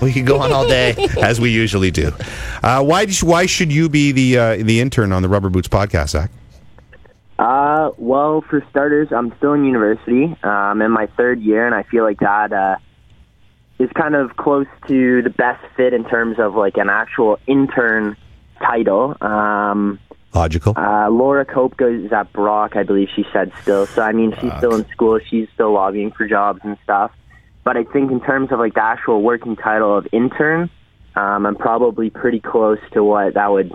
[SPEAKER 3] We could go on all day,
[SPEAKER 2] as we usually do. Uh, why? did you- Why should you be the uh, the intern on the Rubber Boots podcast, Zach?
[SPEAKER 13] Uh, well, for starters, I'm still in university. I'm in my third year, and I feel like that uh, is kind of close to the best fit in terms of like an actual intern title. Um,
[SPEAKER 2] Logical.
[SPEAKER 13] Uh, Laura Cope goes is at Brock, I believe she said still. So I mean, she's still in school. She's still lobbying for jobs and stuff. But I think in terms of like the actual working title of intern, um, I'm probably pretty close to what that would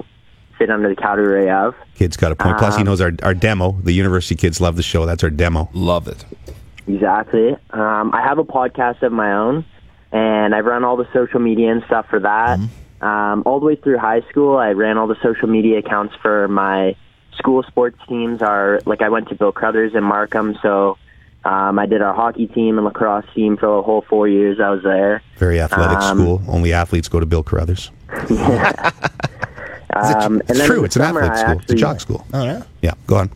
[SPEAKER 13] fit under the category of.
[SPEAKER 2] Kid's got a point. Plus, he
[SPEAKER 13] Um,
[SPEAKER 2] knows our, our demo. The university kids love the show. That's our demo.
[SPEAKER 4] Love it.
[SPEAKER 13] Exactly. Um, I have a podcast of my own, and I've run all the social media and stuff for that. Um, all the way through high school, I ran all the social media accounts for my school sports teams. Are like I went to Bill Crothers and Markham, so um, I did our hockey team and lacrosse team for the whole four years I was there.
[SPEAKER 2] Very athletic
[SPEAKER 13] Um,
[SPEAKER 2] school. Only athletes go to Bill Carruthers.
[SPEAKER 13] Um,
[SPEAKER 2] It's
[SPEAKER 13] and then in
[SPEAKER 2] true.
[SPEAKER 13] the
[SPEAKER 2] It's an
[SPEAKER 13] summer,
[SPEAKER 2] athlete
[SPEAKER 13] I
[SPEAKER 2] school. it's a
[SPEAKER 13] actually-
[SPEAKER 2] jock school. Oh, yeah? Yeah, go on.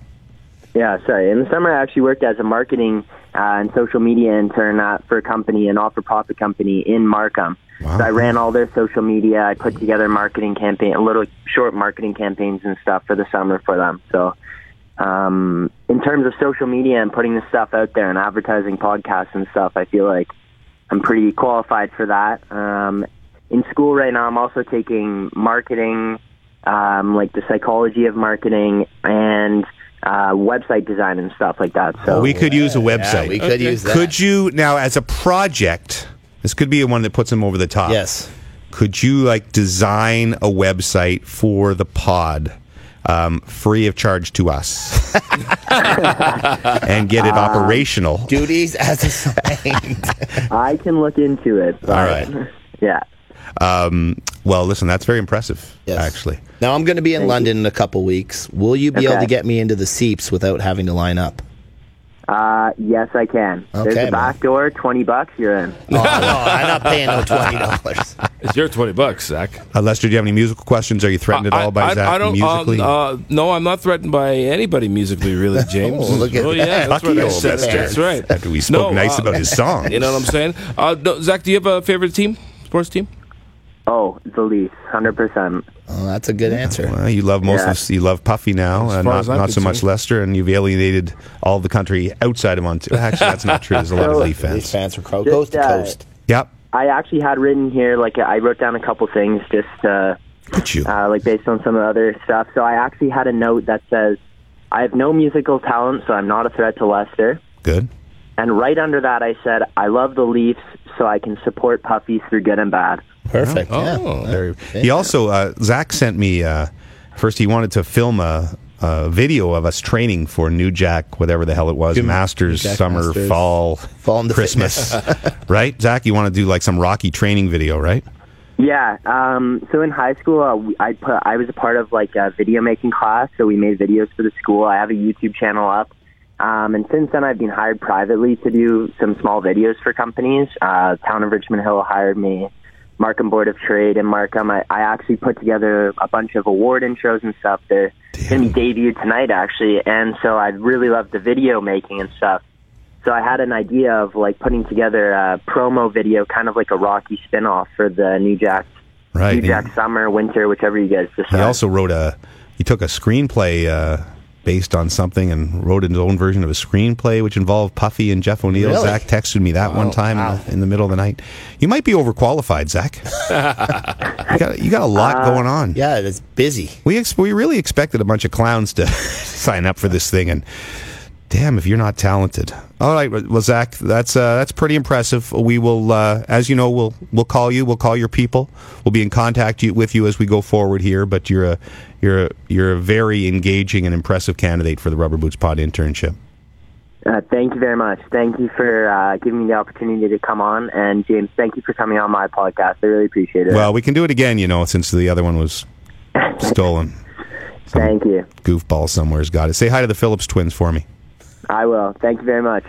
[SPEAKER 13] Yeah, sorry. In the summer, I actually worked as a marketing uh, and social media intern uh, for a company, an all-for-profit company in Markham. So I ran all their social media. I put together marketing campaign, little short marketing campaigns and stuff for the summer for them. So, um, in terms of social media and putting this stuff out there and advertising podcasts and stuff, I feel like I'm pretty qualified for that. Um, in school right now, I'm also taking marketing, um, like the psychology of marketing and uh, website design and stuff like that. So
[SPEAKER 2] Well, we could use a website.
[SPEAKER 13] we could Okay. use that.
[SPEAKER 2] Could you, now, as a project, this could be one that puts him over the top. Yes. Could you, like, design a website for the pod um, free of charge to us and get it
[SPEAKER 13] Um,
[SPEAKER 2] operational?
[SPEAKER 3] duties as assigned.
[SPEAKER 13] I can look into it. but-
[SPEAKER 2] All right.
[SPEAKER 13] Yeah.
[SPEAKER 2] Um, well, listen, that's very impressive, actually.
[SPEAKER 3] Now I'm going to be in London in a couple weeks. Will you be able
[SPEAKER 13] Okay.
[SPEAKER 3] to get me into the seeps without having to line up?
[SPEAKER 13] Uh, yes, I can.
[SPEAKER 3] Okay,
[SPEAKER 13] There's
[SPEAKER 3] man.
[SPEAKER 13] a back door, twenty bucks. You're in.
[SPEAKER 3] I'm not paying no twenty dollars.
[SPEAKER 4] It's your twenty bucks, Zach.
[SPEAKER 2] Uh, Lester, do you have any musical questions? Are you threatened at all by
[SPEAKER 4] I,
[SPEAKER 2] Zach
[SPEAKER 4] I don't.
[SPEAKER 2] musically?
[SPEAKER 4] Um, uh, no, I'm not threatened by anybody musically, really, James.
[SPEAKER 2] Oh, look at
[SPEAKER 4] yeah,
[SPEAKER 2] that.
[SPEAKER 4] that's
[SPEAKER 2] Lucky
[SPEAKER 4] what I
[SPEAKER 2] old
[SPEAKER 4] said.
[SPEAKER 2] bastard.
[SPEAKER 4] That's right. uh,
[SPEAKER 2] After we spoke nice about his songs.
[SPEAKER 4] you know what I'm saying? Uh, no, Zach, do you have a favorite team? Sports team?
[SPEAKER 13] Oh, the Leafs, hundred percent.
[SPEAKER 3] Oh, that's a good answer.
[SPEAKER 2] Well, you love most
[SPEAKER 13] Yeah.
[SPEAKER 2] of you love Puffy now, uh,
[SPEAKER 13] far
[SPEAKER 2] not,
[SPEAKER 13] as I'm
[SPEAKER 2] not so much
[SPEAKER 13] concerned.
[SPEAKER 2] Lester, and you've alienated all the country outside of Ontario. Actually, that's not true. There's a lot of
[SPEAKER 13] So-
[SPEAKER 2] Leaf fans.
[SPEAKER 13] Leaf
[SPEAKER 3] fans are
[SPEAKER 13] coast to uh, coast.
[SPEAKER 2] Yep.
[SPEAKER 13] I actually had written here, like I wrote down a couple things just uh, uh, like based on some of the other stuff. So I actually had a note that says, "I have no musical talent, so I'm not a threat to Lester."
[SPEAKER 2] Good.
[SPEAKER 13] And right under that, I said, "I love the Leafs, so I can support Puffy through good and bad."
[SPEAKER 3] Perfect.
[SPEAKER 2] Oh, very. He also uh, Zach sent me uh, first. He wanted to film a, a video of us training for New Jack, whatever the hell it was,
[SPEAKER 3] Gym-
[SPEAKER 2] Masters,
[SPEAKER 3] New Jack
[SPEAKER 2] summer,
[SPEAKER 3] Masters.
[SPEAKER 2] fall,
[SPEAKER 3] Fall and the
[SPEAKER 2] Christmas,
[SPEAKER 3] fitness.
[SPEAKER 2] right? Zach, you want to do like some Rocky training video, right?
[SPEAKER 13] Yeah. Um, so in high school, uh, we- I put I was a part of like a video making class, so we made videos for the school. I have a YouTube channel up, um, and since then I've been hired privately to do some small videos for companies. Uh, Town of Richmond Hill hired me. Markham Board of Trade and Markham. I, I actually put together a bunch of award intros and stuff. They're going to be debuted tonight, actually. And so I really love the video making and stuff. So I had an idea of like putting together a promo video, kind of like a Rocky spinoff for the New Jack,
[SPEAKER 2] Right.
[SPEAKER 13] New Jack summer, winter, whichever you guys decide.
[SPEAKER 2] He also wrote a. He took a screenplay uh, based on something and wrote his own version of a screenplay, which involved Puffy and Jeff O'Neill.
[SPEAKER 13] Really?
[SPEAKER 2] Zach texted me that one time in the- in the middle of the night. You might be overqualified, Zach. you, got, you got a lot going on.
[SPEAKER 3] Uh, Yeah, it's busy.
[SPEAKER 2] We ex- we really expected a bunch of clowns to sign up for this thing, and damn, if you're not talented. All right, well, Zach, that's uh, that's pretty impressive. We will, uh, as you know, we'll we'll call you, we'll call your people, we'll be in contact you, with you as we go forward here. But you're a you're a, you're a very engaging and impressive candidate for the Rubber Boots Pod internship.
[SPEAKER 14] Uh, thank you very much. Thank you for uh, giving me the opportunity to come on. And James, thank you for coming on my podcast. I really appreciate it.
[SPEAKER 2] Well, we can do it again, you know, since the other one was stolen.
[SPEAKER 14] thank you.
[SPEAKER 2] Goofball somewhere's got it. Say hi to the Phillips twins for me.
[SPEAKER 14] I will. Thank you very much.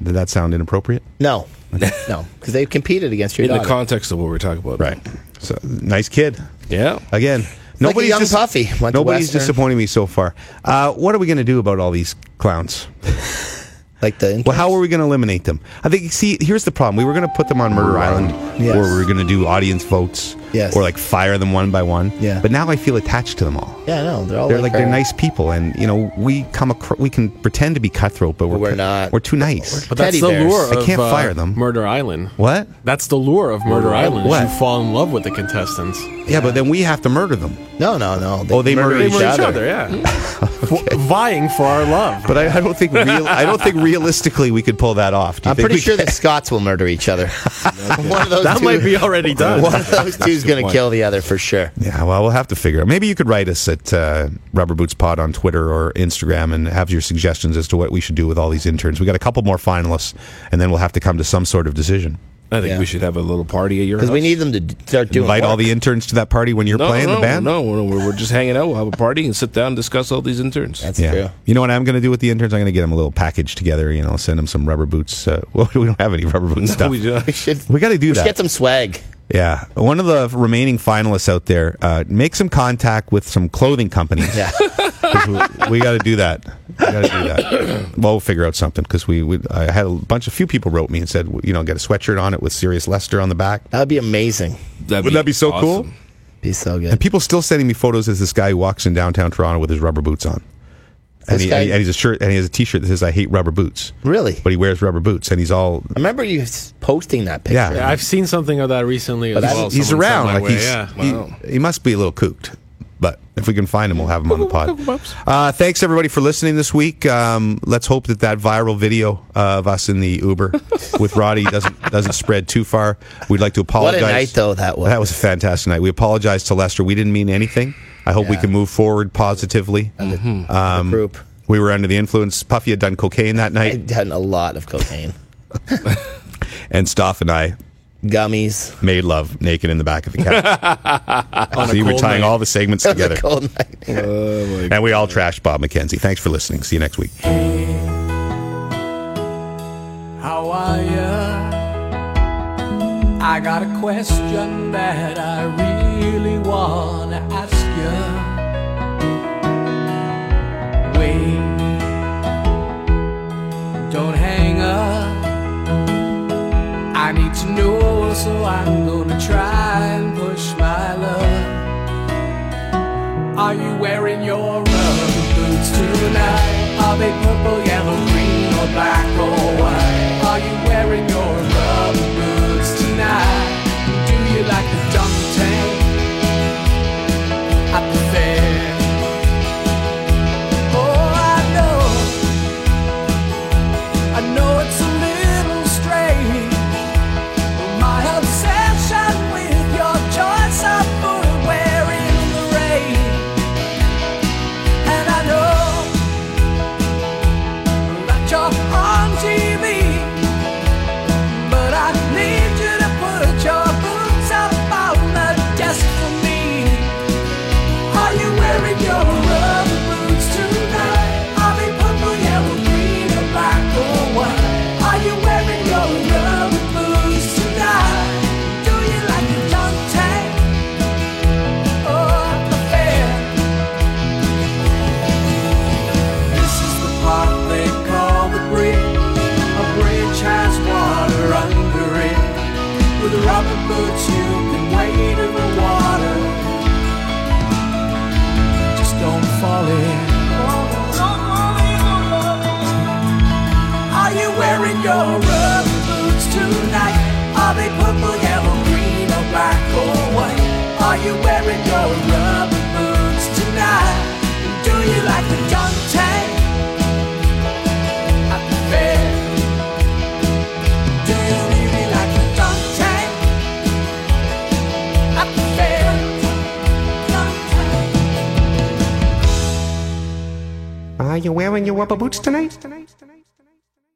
[SPEAKER 2] Did that sound inappropriate?
[SPEAKER 3] No, no, because they competed against your
[SPEAKER 2] In the
[SPEAKER 3] daughter.
[SPEAKER 4] context of what we're talking about.
[SPEAKER 2] Right. So nice kid.
[SPEAKER 4] Yeah.
[SPEAKER 2] Again,
[SPEAKER 3] like a
[SPEAKER 2] nobody's
[SPEAKER 3] young
[SPEAKER 2] dis-
[SPEAKER 3] puffy. Went to
[SPEAKER 2] nobody's
[SPEAKER 3] Western.
[SPEAKER 2] disappointing me so far. Uh, what are we going to do about all these clowns?
[SPEAKER 3] like the
[SPEAKER 2] well, how are we going to eliminate them? I think. See, here's the problem. We were going to put them on Murder Island,
[SPEAKER 3] Yes.
[SPEAKER 2] or we were going to do audience votes,
[SPEAKER 3] Yes.
[SPEAKER 2] or like fire them one by one.
[SPEAKER 3] Yeah.
[SPEAKER 2] But now I feel attached to them all.
[SPEAKER 3] Yeah, no, they're all
[SPEAKER 2] they're like they're nice people, and you know we come acro- we can pretend to be cutthroat, but we're, we're not. We're too nice.
[SPEAKER 13] But that's the lure. Of,
[SPEAKER 2] I can't
[SPEAKER 13] uh,
[SPEAKER 2] fire them.
[SPEAKER 13] Murder Island.
[SPEAKER 2] What?
[SPEAKER 13] That's the lure of Murder Island. is
[SPEAKER 2] What?
[SPEAKER 13] You fall in love with the contestants.
[SPEAKER 2] Yeah, but then we have to murder them.
[SPEAKER 3] No, no, no.
[SPEAKER 2] oh, they murder, each, other.
[SPEAKER 13] yeah. V- Vying for our love.
[SPEAKER 2] But I, I don't think real, I don't think realistically we could pull that off. Do you
[SPEAKER 3] I'm
[SPEAKER 2] think
[SPEAKER 3] pretty
[SPEAKER 2] we
[SPEAKER 3] sure
[SPEAKER 2] can?
[SPEAKER 3] the Scots will murder each other. One of those
[SPEAKER 13] That
[SPEAKER 3] two-
[SPEAKER 13] might be already done.
[SPEAKER 3] One of those two is
[SPEAKER 2] That's a good
[SPEAKER 3] going to
[SPEAKER 2] point.
[SPEAKER 3] kill the other for sure.
[SPEAKER 2] Yeah, well, we'll have to figure. out. Maybe you could write us at uh, Rubber Boots Pod on Twitter or Instagram and have your suggestions as to what we should do with all these interns. We got a couple more finalists, and then we'll have to come to some sort of decision.
[SPEAKER 4] I think we should have a little party at your house.
[SPEAKER 2] Because we
[SPEAKER 3] need them to d- start
[SPEAKER 4] doing
[SPEAKER 2] Invite all
[SPEAKER 4] work.
[SPEAKER 2] the interns to that party when you're
[SPEAKER 4] no,
[SPEAKER 2] playing
[SPEAKER 4] no,
[SPEAKER 2] the band.
[SPEAKER 4] No, no, we're, we're just hanging out. We'll have a party and sit down and discuss all these interns. That's
[SPEAKER 2] yeah. You know what I'm going to do with the interns? I'm going to get them a little package together. You know, send them some rubber boots. Uh, well, we don't have any rubber boot stuff.
[SPEAKER 4] we
[SPEAKER 3] We should.
[SPEAKER 2] We got to do
[SPEAKER 3] we should
[SPEAKER 2] that.
[SPEAKER 3] get some swag.
[SPEAKER 2] Yeah, one of the remaining finalists out there, uh, make some contact with some clothing companies.
[SPEAKER 3] Yeah.
[SPEAKER 2] 'Cause we got to do that. We got to do that. Well, we'll figure out something because we, we I had a bunch of few people wrote me and said, you know, get a sweatshirt on it with Sirius Lester on the back.
[SPEAKER 3] That would be amazing.
[SPEAKER 4] That'd
[SPEAKER 2] Would
[SPEAKER 4] be
[SPEAKER 2] that be so cool?
[SPEAKER 4] awesome.
[SPEAKER 3] Be so good.
[SPEAKER 2] And people still sending me photos as this guy who walks in downtown Toronto with his rubber boots on. And
[SPEAKER 3] This
[SPEAKER 2] he,
[SPEAKER 3] guy-
[SPEAKER 2] and he's a shirt and he has a T-shirt that says "I hate rubber boots."
[SPEAKER 3] Really?
[SPEAKER 2] But he wears rubber boots and he's all
[SPEAKER 3] I remember you s- posting that picture.
[SPEAKER 2] Yeah. Yeah,
[SPEAKER 13] I've seen something of that recently as
[SPEAKER 2] But
[SPEAKER 13] well.
[SPEAKER 2] he's
[SPEAKER 13] Someone sent
[SPEAKER 2] around.
[SPEAKER 13] my
[SPEAKER 2] Like
[SPEAKER 13] way,
[SPEAKER 2] he's,
[SPEAKER 13] yeah.
[SPEAKER 2] he- he, must be a little kooked. But if we can find him, we'll have him on the pod. Uh, thanks everybody for listening this week. Um, let's hope that that viral video of us in the Uber with Roddy doesn't doesn't spread too far. We'd like to
[SPEAKER 3] What
[SPEAKER 2] apologize.
[SPEAKER 3] a night, though, that was.
[SPEAKER 2] That was a fantastic night. We apologize to Lester. We didn't mean anything. I hope we
[SPEAKER 3] Yeah.
[SPEAKER 2] can move forward positively. Um,
[SPEAKER 3] group.
[SPEAKER 2] We were under the influence. Puffy had done cocaine that night,
[SPEAKER 3] I'd done a lot of cocaine.
[SPEAKER 2] and Stoff and I
[SPEAKER 3] gummies
[SPEAKER 2] made love naked in the back of the cab.
[SPEAKER 13] On
[SPEAKER 2] so
[SPEAKER 13] a
[SPEAKER 2] you were
[SPEAKER 13] cold
[SPEAKER 2] tying
[SPEAKER 13] night.
[SPEAKER 2] all the segments
[SPEAKER 3] It was a
[SPEAKER 2] together.
[SPEAKER 3] cold night.
[SPEAKER 2] and we all trashed Bob McKenzie. Thanks for listening. See you next week.
[SPEAKER 1] How are ya? I got a question that I really wanna ask ya. Wait, don't hang up. I need to know, so I'm gonna try and push my luck. Are you wearing your rubber boots tonight? Are they purple, yellow, green, or black or white? Are you wearing your rubber boots tonight? Do you like the dunk tank at the fair? Oh, I know, I know it's a little strange. My obsession with your choice of footwear in the rain. And I know that you're on TV, but I need you to put your boots up on the desk for me. Are you wearing your rubber boots tonight? Are they purple, yellow, green, or black or white? Are you wearing your rubber boots tonight? Do you like a dunk tank Oh, or a fair? This is the part they call the bridge. A bridge has water under it. With rubber boots, you can wade in the water. Just don't fall in. Are you wearing your rubber boots tonight? Are they purple, yellow, green, or black or white? Are you wearing your rubber boots tonight? Do you like the dunk tank at the fair? Do you really like the dunk tank at the fair?
[SPEAKER 15] Are you wearing your rubber boots tonight?